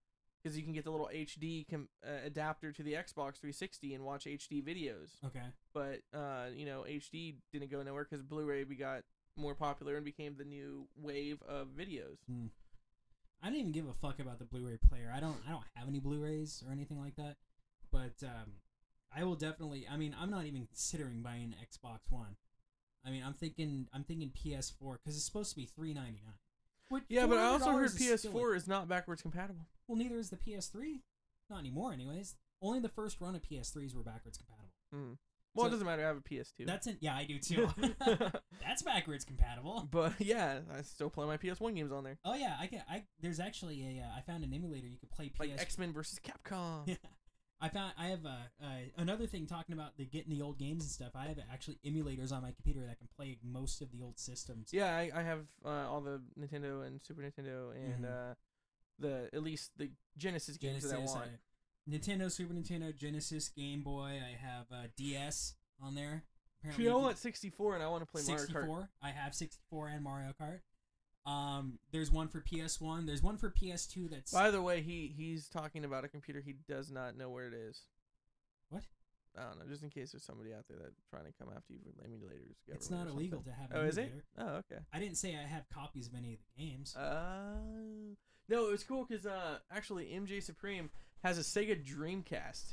Speaker 4: Because you can get the little HD com- uh, adapter to the Xbox 360 and watch HD videos
Speaker 3: okay,
Speaker 4: but uh, you know HD didn't go nowhere because Blu-ray we got more popular and became the new wave of videos.
Speaker 3: I didn't even give a fuck about the Blu-ray player. I don't I don't have any Blu-rays or anything like that. But um, I will definitely. I mean, I'm not even considering buying an Xbox One. I mean, I'm thinking I'm thinking PS4 because it's supposed to be three ninety nine. Which
Speaker 4: Yeah, but I also
Speaker 3: $400
Speaker 4: heard
Speaker 3: is still, like,
Speaker 4: PS4 is not backwards compatible.
Speaker 3: Well, neither is the PS3. Not anymore, anyways. Only the first run of PS3s were backwards compatible.
Speaker 4: Well, it
Speaker 3: So-
Speaker 4: doesn't matter. I have a PS2.
Speaker 3: *laughs* That's an, yeah, I
Speaker 4: *laughs*
Speaker 3: do too. That's backwards compatible.
Speaker 4: but yeah, I still play my PS1 games on there,
Speaker 3: Oh yeah, I can. I there's actually a uh, I found an emulator you can play PS.
Speaker 4: like X Men versus Capcom.
Speaker 3: Yeah. I found I have a, uh, another thing talking about the getting the old games and stuff. I have actually emulators on my computer that can play most of the old systems.
Speaker 4: Yeah, I, I have uh, all the Nintendo and Super Nintendo
Speaker 3: Mm-hmm.
Speaker 4: and uh, the at least the Genesis games that I
Speaker 3: Genesis,
Speaker 4: want.
Speaker 3: I- Nintendo, Super Nintendo, Genesis, Game Boy. I have uh, DS on there.
Speaker 4: See, I
Speaker 3: you can-
Speaker 4: want 64 and I want to play Mario Kart.
Speaker 3: 64. I have 64 and Mario Kart. Um, there's one for PS1. There's one for PS2. That's
Speaker 4: By the way, he he's talking about a computer he does not know where it is.
Speaker 3: What?
Speaker 4: I don't know. Just in case there's somebody out there that's trying to come after you for emulators.
Speaker 3: it's
Speaker 4: government
Speaker 3: not
Speaker 4: or
Speaker 3: illegal to
Speaker 4: something.
Speaker 3: have.
Speaker 4: Oh,
Speaker 3: an
Speaker 4: is it?
Speaker 3: emulator.
Speaker 4: Oh, okay.
Speaker 3: I didn't say I have copies of any of the games.
Speaker 4: Oh, Uh, no, it was cool because uh, actually MJ Supreme has a Sega Dreamcast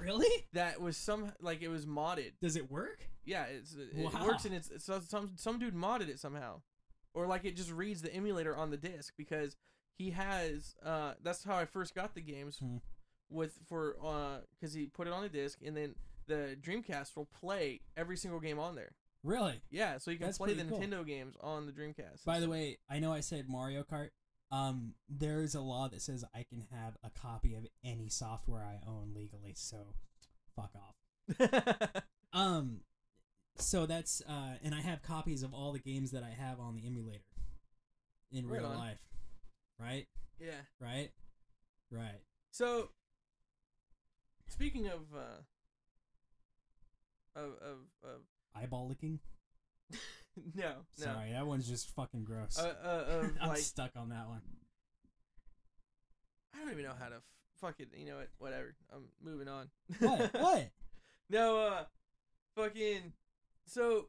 Speaker 3: really?
Speaker 4: that was some like it was modded.
Speaker 3: Does it work?
Speaker 4: Yeah, it's it, it
Speaker 3: Wow.
Speaker 4: works and it's, it's some some dude modded it somehow, or like it just reads the emulator on the disc because he has uh that's how I first got the games
Speaker 3: Hmm.
Speaker 4: with for uh because he put it on a disc and then the Dreamcast will play every single game on there.
Speaker 3: Really?
Speaker 4: Yeah, so you can
Speaker 3: That's
Speaker 4: play the
Speaker 3: pretty cool.
Speaker 4: Nintendo games on the Dreamcast.
Speaker 3: By the way, I know I said Mario Kart. Um, there is a law that says I can have a copy of any software I own legally. So, fuck off. Um, so that's uh, and I have copies of all the games that I have on the emulator in
Speaker 4: Right
Speaker 3: real
Speaker 4: on.
Speaker 3: life. Right,
Speaker 4: *laughs* yeah.
Speaker 3: right, right.
Speaker 4: So speaking of uh of of, of *laughs*
Speaker 3: Eyeball licking.
Speaker 4: no no
Speaker 3: Sorry, that one's just fucking gross.
Speaker 4: uh, uh, of
Speaker 3: *laughs* I'm
Speaker 4: like
Speaker 3: stuck on
Speaker 4: *laughs*
Speaker 3: that one.
Speaker 4: I don't even know how to f- fucking you know what whatever. I'm moving on. *laughs*
Speaker 3: What? what?
Speaker 4: no, uh, fucking. So,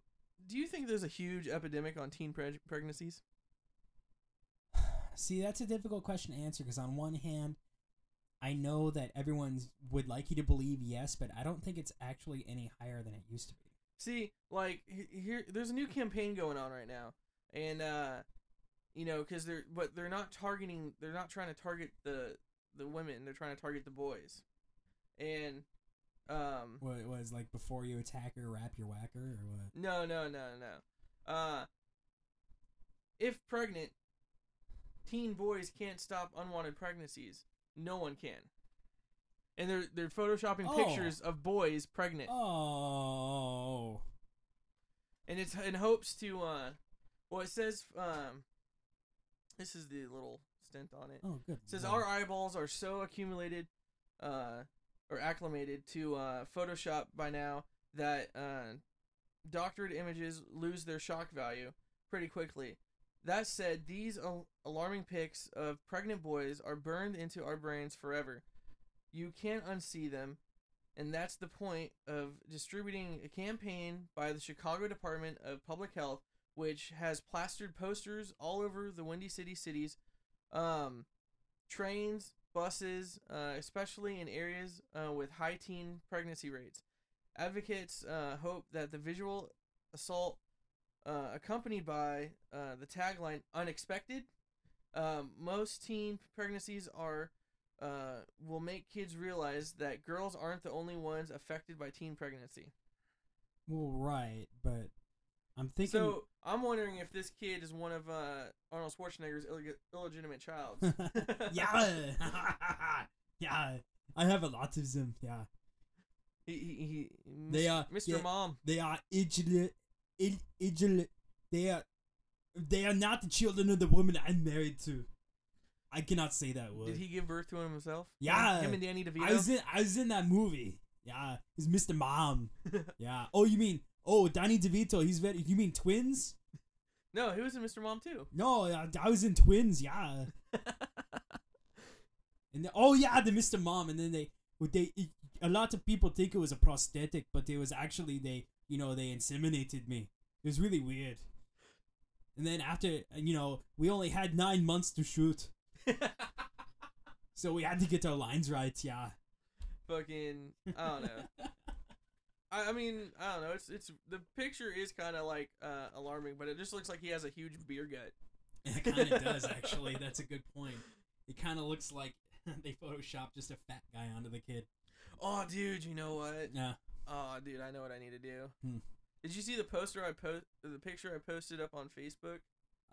Speaker 4: do you think there's a huge epidemic on teen preg- pregnancies?
Speaker 3: See, that's a difficult question to answer because on one hand, I know that everyone's would like you to believe yes, but I don't think it's actually any higher than it used to be.
Speaker 4: See, like he- here, there's a new campaign going on right now, and uh, you know, cause they're but they're not targeting. They're not trying to target the the women. They're trying to target the boys, and um,
Speaker 3: What it was like before you attack her, wrap your whacker, or what?
Speaker 4: No, no, no, no. Uh, if pregnant, teen boys can't stop unwanted pregnancies. No one can. And they're they're photoshopping
Speaker 3: Oh.
Speaker 4: pictures of boys pregnant,
Speaker 3: Oh,
Speaker 4: and it's in hopes to. Uh, well, it says um, this is the little stint on it.
Speaker 3: oh, good.
Speaker 4: It says
Speaker 3: lord.
Speaker 4: our eyeballs are so accumulated, uh, or acclimated to uh, Photoshop by now that uh, doctored images lose their shock value pretty quickly. That said, these al- alarming pics of pregnant boys are burned into our brains forever. You can't unsee them, and that's the point of distributing a campaign by the Chicago Department of Public Health, which has plastered posters all over the Windy City cities. Um, trains, buses, uh, especially in areas uh, with high teen pregnancy rates. Advocates uh, hope that the visual assault, uh, accompanied by uh, the tagline "unexpected," um, most teen pregnancies are uh, will make kids realize that girls aren't the only ones affected by teen pregnancy.
Speaker 3: Well, right, but I'm thinking.
Speaker 4: So I'm wondering if this kid is one of uh, Arnold Schwarzenegger's illeg- illegitimate childs.
Speaker 3: *laughs* yeah, *laughs*
Speaker 4: *laughs*
Speaker 3: yeah. *laughs* I have a lot of them. Yeah,
Speaker 4: He, he, he, Mis-
Speaker 3: They are-
Speaker 4: Mr.
Speaker 3: yeah.
Speaker 4: Mom.
Speaker 3: they are ignorant. Ig- ignorant. They are. They are not the children of the woman I'm married to. I cannot say that word.
Speaker 4: Did he give birth to him himself?
Speaker 3: Yeah.
Speaker 4: Him and Danny DeVito.
Speaker 3: I was in. I was in that movie. Yeah, it's
Speaker 4: *laughs*
Speaker 3: Mr. Mom. yeah. Oh, you mean? Oh, Danny DeVito. He's very. You mean twins?
Speaker 4: no, he was in Mr. Mom too.
Speaker 3: No, I, I was in twins. Yeah. and the, oh yeah, the Mr. Mom, and then they would they. It, a lot of people think it was a prosthetic, but it was actually they. You know, they inseminated me. It was really weird. And then after, you know, we only had nine months to shoot, so we had to get our lines right. Yeah.
Speaker 4: Fucking. I don't know.
Speaker 3: *laughs*
Speaker 4: I, I mean, I don't know. It's it's the picture is kind of like uh, alarming, but it just looks like he has a huge beer gut.
Speaker 3: It kind of does, actually. That's a good point. It kind of looks like *laughs* they photoshopped just a fat guy onto the kid.
Speaker 4: Oh, dude, you know what?
Speaker 3: Yeah.
Speaker 4: Oh, dude, I know what I need to do.
Speaker 3: Hmm.
Speaker 4: Did you see the poster I post the picture I posted up on Facebook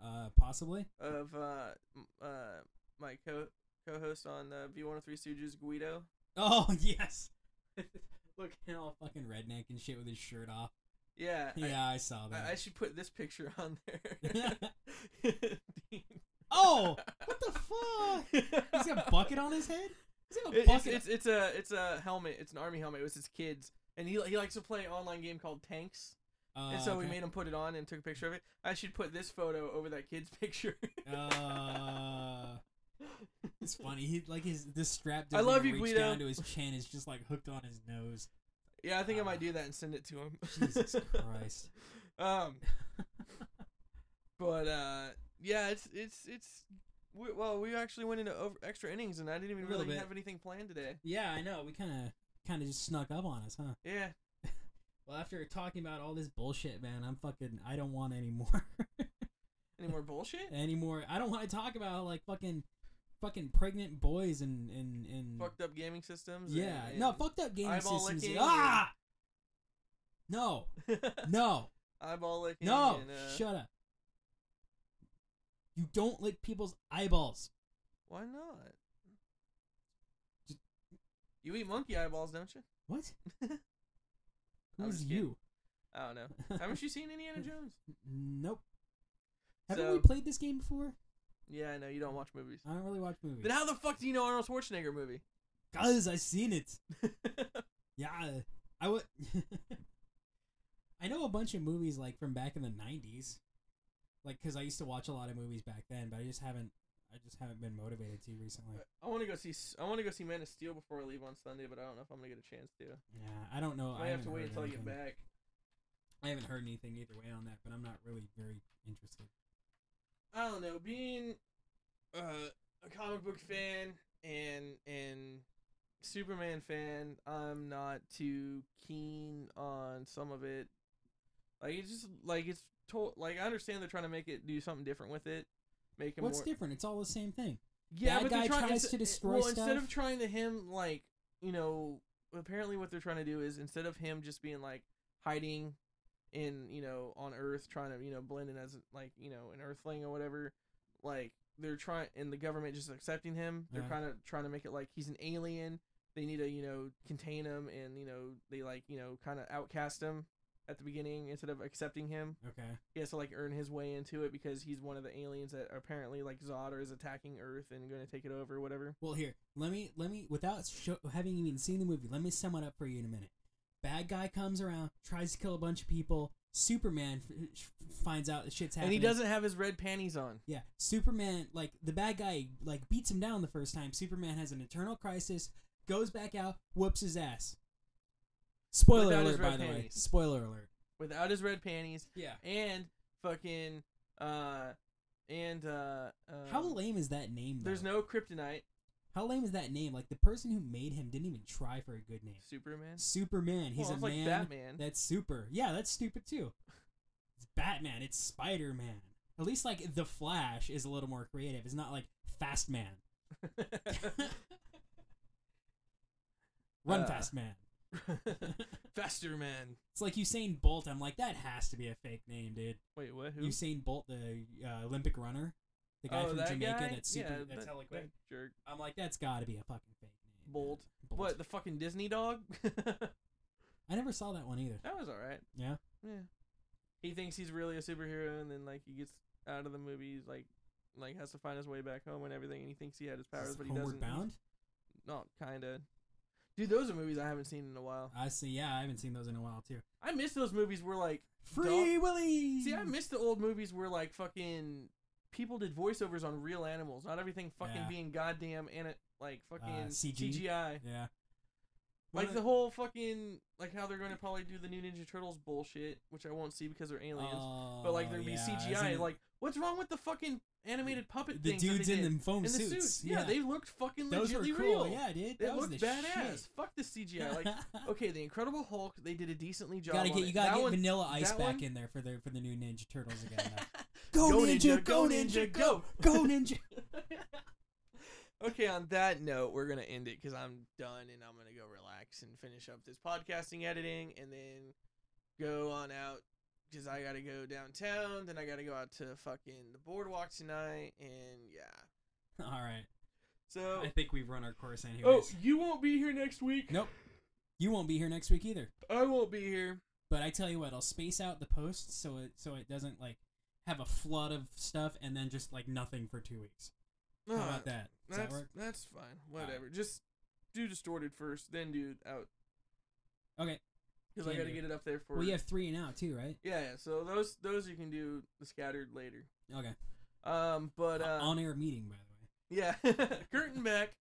Speaker 3: Uh, possibly.
Speaker 4: of uh m- uh my co co-host on the V103 Stooges Guido?
Speaker 3: Oh *laughs* yes. Look all fucking redneck and shit with his shirt off.
Speaker 4: Yeah. I-
Speaker 3: Yeah, I, saw
Speaker 4: I, I
Speaker 3: that.
Speaker 4: should put this picture on
Speaker 3: *laughs*
Speaker 4: there. *laughs*
Speaker 3: oh,
Speaker 4: *laughs*
Speaker 3: what the fuck? He's got a bucket on his head. He's got a
Speaker 4: It- it's,
Speaker 3: bucket.
Speaker 4: it's it's a it's a helmet. It's an army helmet. It was his kids, and he he likes to play an online game called Tanks,
Speaker 3: Uh,
Speaker 4: and so we
Speaker 3: okay.
Speaker 4: made him put it on and took a picture of it. I should put this photo over that kid's *laughs* picture.
Speaker 3: Uh, it's funny. He like his this strap.
Speaker 4: I
Speaker 3: doesn't
Speaker 4: love
Speaker 3: even
Speaker 4: you,
Speaker 3: reach
Speaker 4: Guido.
Speaker 3: down to his chin. It's just like hooked on his nose.
Speaker 4: yeah, I think I
Speaker 3: Ah.
Speaker 4: might do that and send it to him. *laughs*
Speaker 3: Jesus Christ. *laughs*
Speaker 4: Um, but uh, yeah, it's it's it's. We, well, we actually went into over, extra innings, and I didn't even
Speaker 3: A little
Speaker 4: really
Speaker 3: bit.
Speaker 4: have anything planned today.
Speaker 3: Yeah, I know. We kind of kind of just snuck up on us, huh?
Speaker 4: Yeah,
Speaker 3: Well, after talking about all this bullshit, man, I'm fucking. I don't want any *laughs* more.
Speaker 4: any more
Speaker 3: *laughs*
Speaker 4: bullshit?
Speaker 3: anymore. I don't want to talk about like fucking fucking pregnant boys and and and
Speaker 4: Fucked up gaming systems.
Speaker 3: yeah,
Speaker 4: and-
Speaker 3: no fucked up gaming
Speaker 4: eyeball
Speaker 3: systems.
Speaker 4: licking
Speaker 3: ah, no,
Speaker 4: and
Speaker 3: no,
Speaker 4: *laughs* eyeball licking.
Speaker 3: no,
Speaker 4: and, uh,
Speaker 3: shut up. You don't lick people's eyeballs.
Speaker 4: Why not? You eat monkey eyeballs, don't you? *laughs*
Speaker 3: What?
Speaker 4: I'm
Speaker 3: Who's
Speaker 4: just kidding.
Speaker 3: you?
Speaker 4: I don't know. *laughs* Haven't you seen Indiana Jones?
Speaker 3: Nope. Haven't we
Speaker 4: So-
Speaker 3: played this game before?
Speaker 4: Yeah, I know you don't watch movies.
Speaker 3: I don't really watch movies.
Speaker 4: Then how the fuck do you know Arnold Schwarzenegger movie? *laughs*
Speaker 3: Cause I seen it. Yeah, I would. *laughs* I know a bunch of movies like from back in the '90s, like because I used to watch a lot of movies back then, but I just haven't. I just haven't been motivated to recently.
Speaker 4: I want to go see S- I want to go see Man of Steel before I leave on Sunday, but I don't know if I'm gonna get a chance to.
Speaker 3: Yeah, I don't know.
Speaker 4: Oh, I might
Speaker 3: I
Speaker 4: have to
Speaker 3: haven't
Speaker 4: wait
Speaker 3: heard
Speaker 4: until I get
Speaker 3: anything.
Speaker 4: back.
Speaker 3: I haven't heard anything either way on that, but I'm not really very interested.
Speaker 4: I don't know. Being uh, a comic book fan and and Superman fan, I'm not too keen on some of it. Like it's just like it's told. Like I understand they're trying to make it do something different with it. Make it
Speaker 3: What's
Speaker 4: more.
Speaker 3: different? It's all the same thing.
Speaker 4: Yeah,
Speaker 3: Bad
Speaker 4: but they're
Speaker 3: guy
Speaker 4: trying,
Speaker 3: tries
Speaker 4: inst-
Speaker 3: to destroy
Speaker 4: well, instead
Speaker 3: stuff?
Speaker 4: of trying to him like you know, apparently what they're trying to do is instead of him just being like hiding in you know on Earth trying to you know blend in as like you know an Earthling or whatever, like they're trying and the government just accepting him. They're
Speaker 3: Yeah.
Speaker 4: kind of trying to make it like he's an alien. They need to you know contain him and you know they like you know kind of outcast him at the beginning instead of accepting him
Speaker 3: Okay.
Speaker 4: he has to like earn his way into it because he's one of the aliens that apparently like Zodder is attacking Earth and going to take it over or whatever.
Speaker 3: Well, here, let me, let me, without show, having even seen the movie, let me sum it up for you in a minute. Bad guy comes around, tries to kill a bunch of people. Superman f- f- finds out that shit's happening.
Speaker 4: And he doesn't have his red panties on.
Speaker 3: Yeah, Superman, like the bad guy, like beats him down the first time. Superman has an internal crisis, goes back out, whoops his ass. Spoiler
Speaker 4: Without his
Speaker 3: alert, by
Speaker 4: red
Speaker 3: the way.
Speaker 4: panties.
Speaker 3: Spoiler alert.
Speaker 4: Without his red panties
Speaker 3: Yeah.
Speaker 4: and fucking uh and uh, uh
Speaker 3: How lame is that name? Though?
Speaker 4: There's no kryptonite
Speaker 3: How lame is that name? Like the person who made him didn't even try for a good name. *laughs*
Speaker 4: Superman. *laughs*
Speaker 3: Superman. He's
Speaker 4: Well,
Speaker 3: a
Speaker 4: it's like
Speaker 3: man.
Speaker 4: Batman.
Speaker 3: That's super. Yeah, that's stupid too. It's Batman. It's Spider Man. At least like the Flash is a little more creative. It's not like Fast Man. *laughs* Run
Speaker 4: Uh.
Speaker 3: fast, man. *laughs*
Speaker 4: Faster man.
Speaker 3: It's like Usain Bolt. I'm like, that has to be a fake name, dude.
Speaker 4: Wait, what? Who?
Speaker 3: Usain Bolt, the uh, Olympic runner, the guy
Speaker 4: oh,
Speaker 3: from
Speaker 4: that
Speaker 3: Jamaica
Speaker 4: guy?
Speaker 3: that's super.
Speaker 4: yeah,
Speaker 3: that's
Speaker 4: that,
Speaker 3: hella quick.
Speaker 4: that jerk.
Speaker 3: I'm like, that's got to be a fucking fake name.
Speaker 4: Bolt.
Speaker 3: Bolt.
Speaker 4: What? The fucking Disney dog? *laughs* that
Speaker 3: I never saw that one either.
Speaker 4: was all right.
Speaker 3: Yeah.
Speaker 4: Yeah. He thinks he's really a superhero, and then like he gets out of the movies, like like has to find his way back home and everything, and he thinks he had his powers,
Speaker 3: Is
Speaker 4: but he doesn't.
Speaker 3: Homeward Bound.
Speaker 4: No, kinda. Dude, those are movies I haven't seen in a while.
Speaker 3: I see. Yeah, I haven't seen those in a while too.
Speaker 4: I miss those movies where like
Speaker 3: Free Willy.
Speaker 4: *laughs* See, I miss the old movies where like fucking people did voiceovers on real animals, not everything fucking
Speaker 3: Yeah. Uh,
Speaker 4: being goddamn and like fucking
Speaker 3: CG?
Speaker 4: CGI.
Speaker 3: Yeah. One
Speaker 4: Like
Speaker 3: of
Speaker 4: the whole fucking like how they're going to probably do the new Ninja Turtles bullshit, which I won't see because they're aliens. but like there'd
Speaker 3: Oh,
Speaker 4: be
Speaker 3: yeah,
Speaker 4: CGI.
Speaker 3: isn't it-
Speaker 4: Like what's wrong with the fucking animated puppet
Speaker 3: the
Speaker 4: things that they
Speaker 3: dudes in
Speaker 4: did?
Speaker 3: them foam
Speaker 4: In the
Speaker 3: suits.
Speaker 4: Yeah, they looked fucking
Speaker 3: those were
Speaker 4: legitly
Speaker 3: cool.
Speaker 4: real.
Speaker 3: Yeah, dude.
Speaker 4: They
Speaker 3: that was
Speaker 4: looked
Speaker 3: the
Speaker 4: badass.
Speaker 3: shit.
Speaker 4: Fuck the
Speaker 3: *laughs*
Speaker 4: CGI. Like okay, the Incredible Hulk, they did a decently
Speaker 3: you
Speaker 4: job.
Speaker 3: gotta
Speaker 4: on
Speaker 3: get
Speaker 4: it.
Speaker 3: you gotta
Speaker 4: That
Speaker 3: get
Speaker 4: one-
Speaker 3: Vanilla Ice
Speaker 4: that
Speaker 3: back
Speaker 4: one-
Speaker 3: in there for the for the new Ninja Turtles again. though.
Speaker 4: Go Ninja, go Ninja, go.
Speaker 3: *laughs* go Ninja.
Speaker 4: Okay, on that note, we're gonna end it because I'm done and I'm gonna go relax and finish up this podcasting editing and then go on out because I gotta go downtown. Then I gotta go out to fucking the boardwalk tonight and yeah. *laughs*
Speaker 3: All right, *laughs*
Speaker 4: So
Speaker 3: I think we've run our course anyways.
Speaker 4: oh, you won't be here next week.
Speaker 3: Nope, you won't be here next week either.
Speaker 4: I won't be here.
Speaker 3: But I tell you what, I'll space out the posts so it so it doesn't like have a flood of stuff and then just like nothing for two weeks. How
Speaker 4: Ah,
Speaker 3: about that? Does that
Speaker 4: That's
Speaker 3: work?
Speaker 4: that's fine. Whatever. Just do distorted first, then do out
Speaker 3: Okay.
Speaker 4: because I
Speaker 3: Can
Speaker 4: gotta
Speaker 3: do.
Speaker 4: get it up there for.
Speaker 3: Well, you have three and out too, right?
Speaker 4: yeah, yeah. So those those you can do the scattered later.
Speaker 3: Okay.
Speaker 4: Um, but uh,
Speaker 3: On air meeting, by the way.
Speaker 4: *laughs* Yeah, *laughs* curtain back.
Speaker 3: *laughs*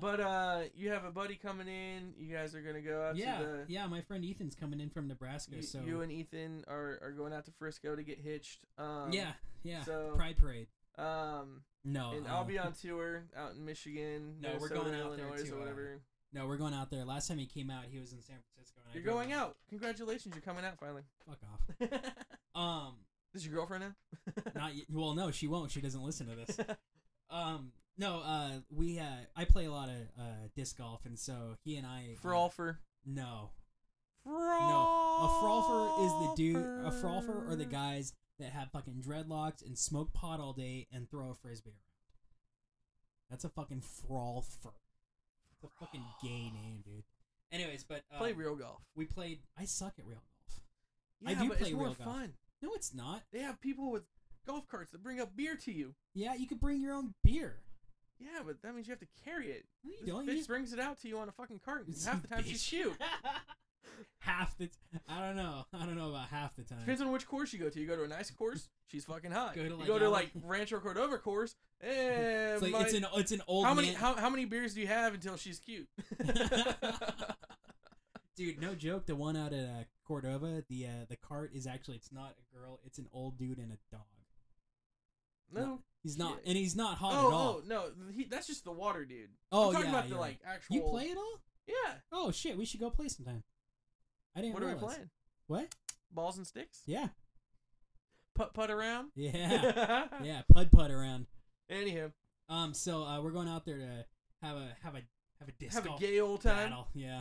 Speaker 4: But uh, you have a buddy coming in. You guys are gonna go out
Speaker 3: yeah,
Speaker 4: to the.
Speaker 3: yeah. My friend Ethan's coming in from Nebraska,
Speaker 4: You,
Speaker 3: so
Speaker 4: you and Ethan are, are going out to Frisco to get hitched. Um,
Speaker 3: yeah, yeah.
Speaker 4: so-
Speaker 3: Pride Parade.
Speaker 4: Um,
Speaker 3: No,
Speaker 4: and I'll
Speaker 3: uh,
Speaker 4: be on tour out in Michigan.
Speaker 3: *laughs* No, we're
Speaker 4: Minnesota,
Speaker 3: going out there
Speaker 4: Illinois,
Speaker 3: to,
Speaker 4: or
Speaker 3: uh,
Speaker 4: whatever.
Speaker 3: No, we're going out there. Last time he came out, he was in San Francisco. And I
Speaker 4: You're
Speaker 3: drove
Speaker 4: going
Speaker 3: him.
Speaker 4: out. Congratulations, you're coming out
Speaker 3: *laughs*
Speaker 4: finally.
Speaker 3: Fuck off. Um,
Speaker 4: This is your girlfriend now?
Speaker 3: not y- well. No, she won't. She doesn't listen to
Speaker 4: *laughs*
Speaker 3: this. *laughs* Um, no. Uh, we uh, I play a lot of uh disc golf, and so he and I uh,
Speaker 4: Frolfer.
Speaker 3: No,
Speaker 4: Frolfer.
Speaker 3: no. A frolfer is the dude. A frolfer are the guys that have fucking dreadlocks and smoke pot all day and throw a frisbee around. That's a fucking frolfer. It's a fucking gay name, dude. Anyways, but uh,
Speaker 4: Play real golf.
Speaker 3: we played. I suck at real golf.
Speaker 4: Yeah,
Speaker 3: I do
Speaker 4: but
Speaker 3: play
Speaker 4: it's more
Speaker 3: real golf.
Speaker 4: fun.
Speaker 3: No, it's not.
Speaker 4: They have people with golf carts that bring up beer to you.
Speaker 3: Yeah, you could bring your own beer.
Speaker 4: Yeah, but that means you have to carry it.
Speaker 3: No, you
Speaker 4: This
Speaker 3: don't.
Speaker 4: bitch
Speaker 3: You just
Speaker 4: brings it out to you on a fucking cart. and
Speaker 3: It's
Speaker 4: Half
Speaker 3: a
Speaker 4: the time she's
Speaker 3: bitch.
Speaker 4: cute.
Speaker 3: *laughs* half the. T- I don't know. *laughs* I don't know about half the time.
Speaker 4: Depends on which course you go to. You go to a nice course, she's fucking hot.
Speaker 3: Go to,
Speaker 4: you
Speaker 3: like,
Speaker 4: go to
Speaker 3: Allen-
Speaker 4: like Rancho Cordova course, eh,
Speaker 3: *laughs* It's like
Speaker 4: my-
Speaker 3: it's an it's an old
Speaker 4: how many
Speaker 3: man-
Speaker 4: how, how many beers do you have until she's
Speaker 3: *laughs*
Speaker 4: cute?
Speaker 3: dude. No joke. The one out at uh, Cordova, the uh, the cart is actually it's not a girl. It's an old dude and a dog.
Speaker 4: no.
Speaker 3: He's not,
Speaker 4: Shit.
Speaker 3: and he's not hot
Speaker 4: Oh,
Speaker 3: at all.
Speaker 4: oh no, he, that's just the water dude.
Speaker 3: Oh,
Speaker 4: I'm talking
Speaker 3: yeah,
Speaker 4: about the
Speaker 3: yeah.
Speaker 4: like actual.
Speaker 3: you play it all?
Speaker 4: Yeah.
Speaker 3: Oh shit, we should go play sometime. I didn't.
Speaker 4: What are we
Speaker 3: realize.
Speaker 4: playing?
Speaker 3: What?
Speaker 4: Balls and sticks?
Speaker 3: Yeah,
Speaker 4: Putt putt around.
Speaker 3: *laughs*
Speaker 4: *laughs*
Speaker 3: yeah, yeah. Pud pud around.
Speaker 4: Anywho,
Speaker 3: Um, so uh, we're going out there to have a have a have a disc
Speaker 4: have a
Speaker 3: golf
Speaker 4: gay old time.
Speaker 3: battle. Yeah.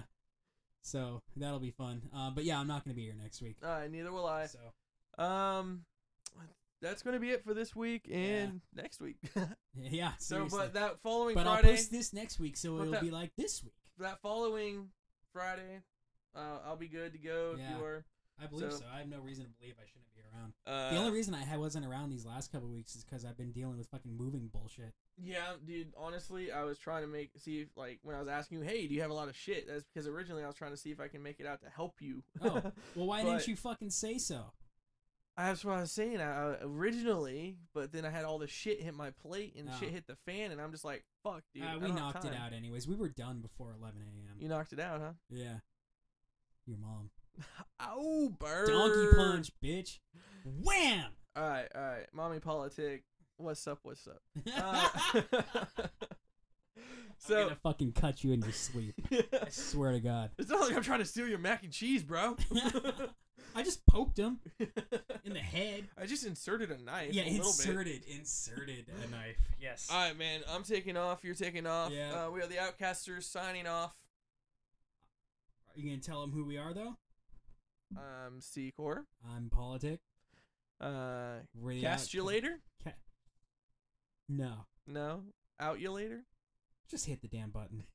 Speaker 3: So that'll be fun. Uh, but yeah, I'm not gonna be here next week.
Speaker 4: All right, neither will I.
Speaker 3: So *laughs*
Speaker 4: Um, that's gonna be it for this week and next week. *laughs*
Speaker 3: yeah.
Speaker 4: so,
Speaker 3: Seriously.
Speaker 4: but that following
Speaker 3: But I'll
Speaker 4: Friday,
Speaker 3: post this next week, so
Speaker 4: But
Speaker 3: it'll
Speaker 4: that-
Speaker 3: be like this week.
Speaker 4: that following Friday, uh, I'll be good to go if
Speaker 3: Yeah.
Speaker 4: you are.
Speaker 3: I believe
Speaker 4: So-
Speaker 3: so. I have no reason to believe I shouldn't be around.
Speaker 4: Uh,
Speaker 3: the only reason I ha- wasn't around these last couple weeks is because I've been dealing with fucking moving
Speaker 4: *laughs*
Speaker 3: bullshit.
Speaker 4: yeah, dude. Honestly, I was trying to make see if like when I was asking you, hey, do you have a lot of shit? That's because originally I was trying to see if I can make it out to help
Speaker 3: *laughs*
Speaker 4: you.
Speaker 3: Oh, well, why
Speaker 4: But-
Speaker 3: didn't you fucking say so?
Speaker 4: That's what I was saying. I, I- originally, but then I had all the shit hit my plate and
Speaker 3: Oh.
Speaker 4: shit hit the fan, and I'm just like, fuck, dude.
Speaker 3: Uh,
Speaker 4: I
Speaker 3: we
Speaker 4: don't have
Speaker 3: knocked it
Speaker 4: time.
Speaker 3: out anyways. We were done before 11 a.m.
Speaker 4: You knocked it out, huh?
Speaker 3: yeah. Your mom.
Speaker 4: Oh, bird.
Speaker 3: Donkey punch, bitch. Wham! *laughs*
Speaker 4: All right, all right. Mommy politic. What's up? What's
Speaker 3: *laughs*
Speaker 4: up? Uh, *laughs*
Speaker 3: I'm
Speaker 4: so *laughs*
Speaker 3: gonna fucking cut you in your sleep. I swear to God.
Speaker 4: it's not like I'm trying to steal your mac and cheese,
Speaker 3: *laughs*
Speaker 4: bro. *laughs*
Speaker 3: I just poked him in the head.
Speaker 4: I just inserted a knife.
Speaker 3: Yeah,
Speaker 4: a little Bit. Uh,
Speaker 3: inserted, inserted a knife. Yes.
Speaker 4: All right, man. I'm taking off. You're taking off.
Speaker 3: Yeah.
Speaker 4: Uh, we are the Outcasters signing off.
Speaker 3: Are you gonna tell them who we are though?
Speaker 4: Um, C Core.
Speaker 3: I'm politic.
Speaker 4: Uh,
Speaker 3: We're the
Speaker 4: cast you
Speaker 3: outcast-
Speaker 4: later?
Speaker 3: Ca- no,
Speaker 4: No. Out you later?
Speaker 3: just hit the damn button.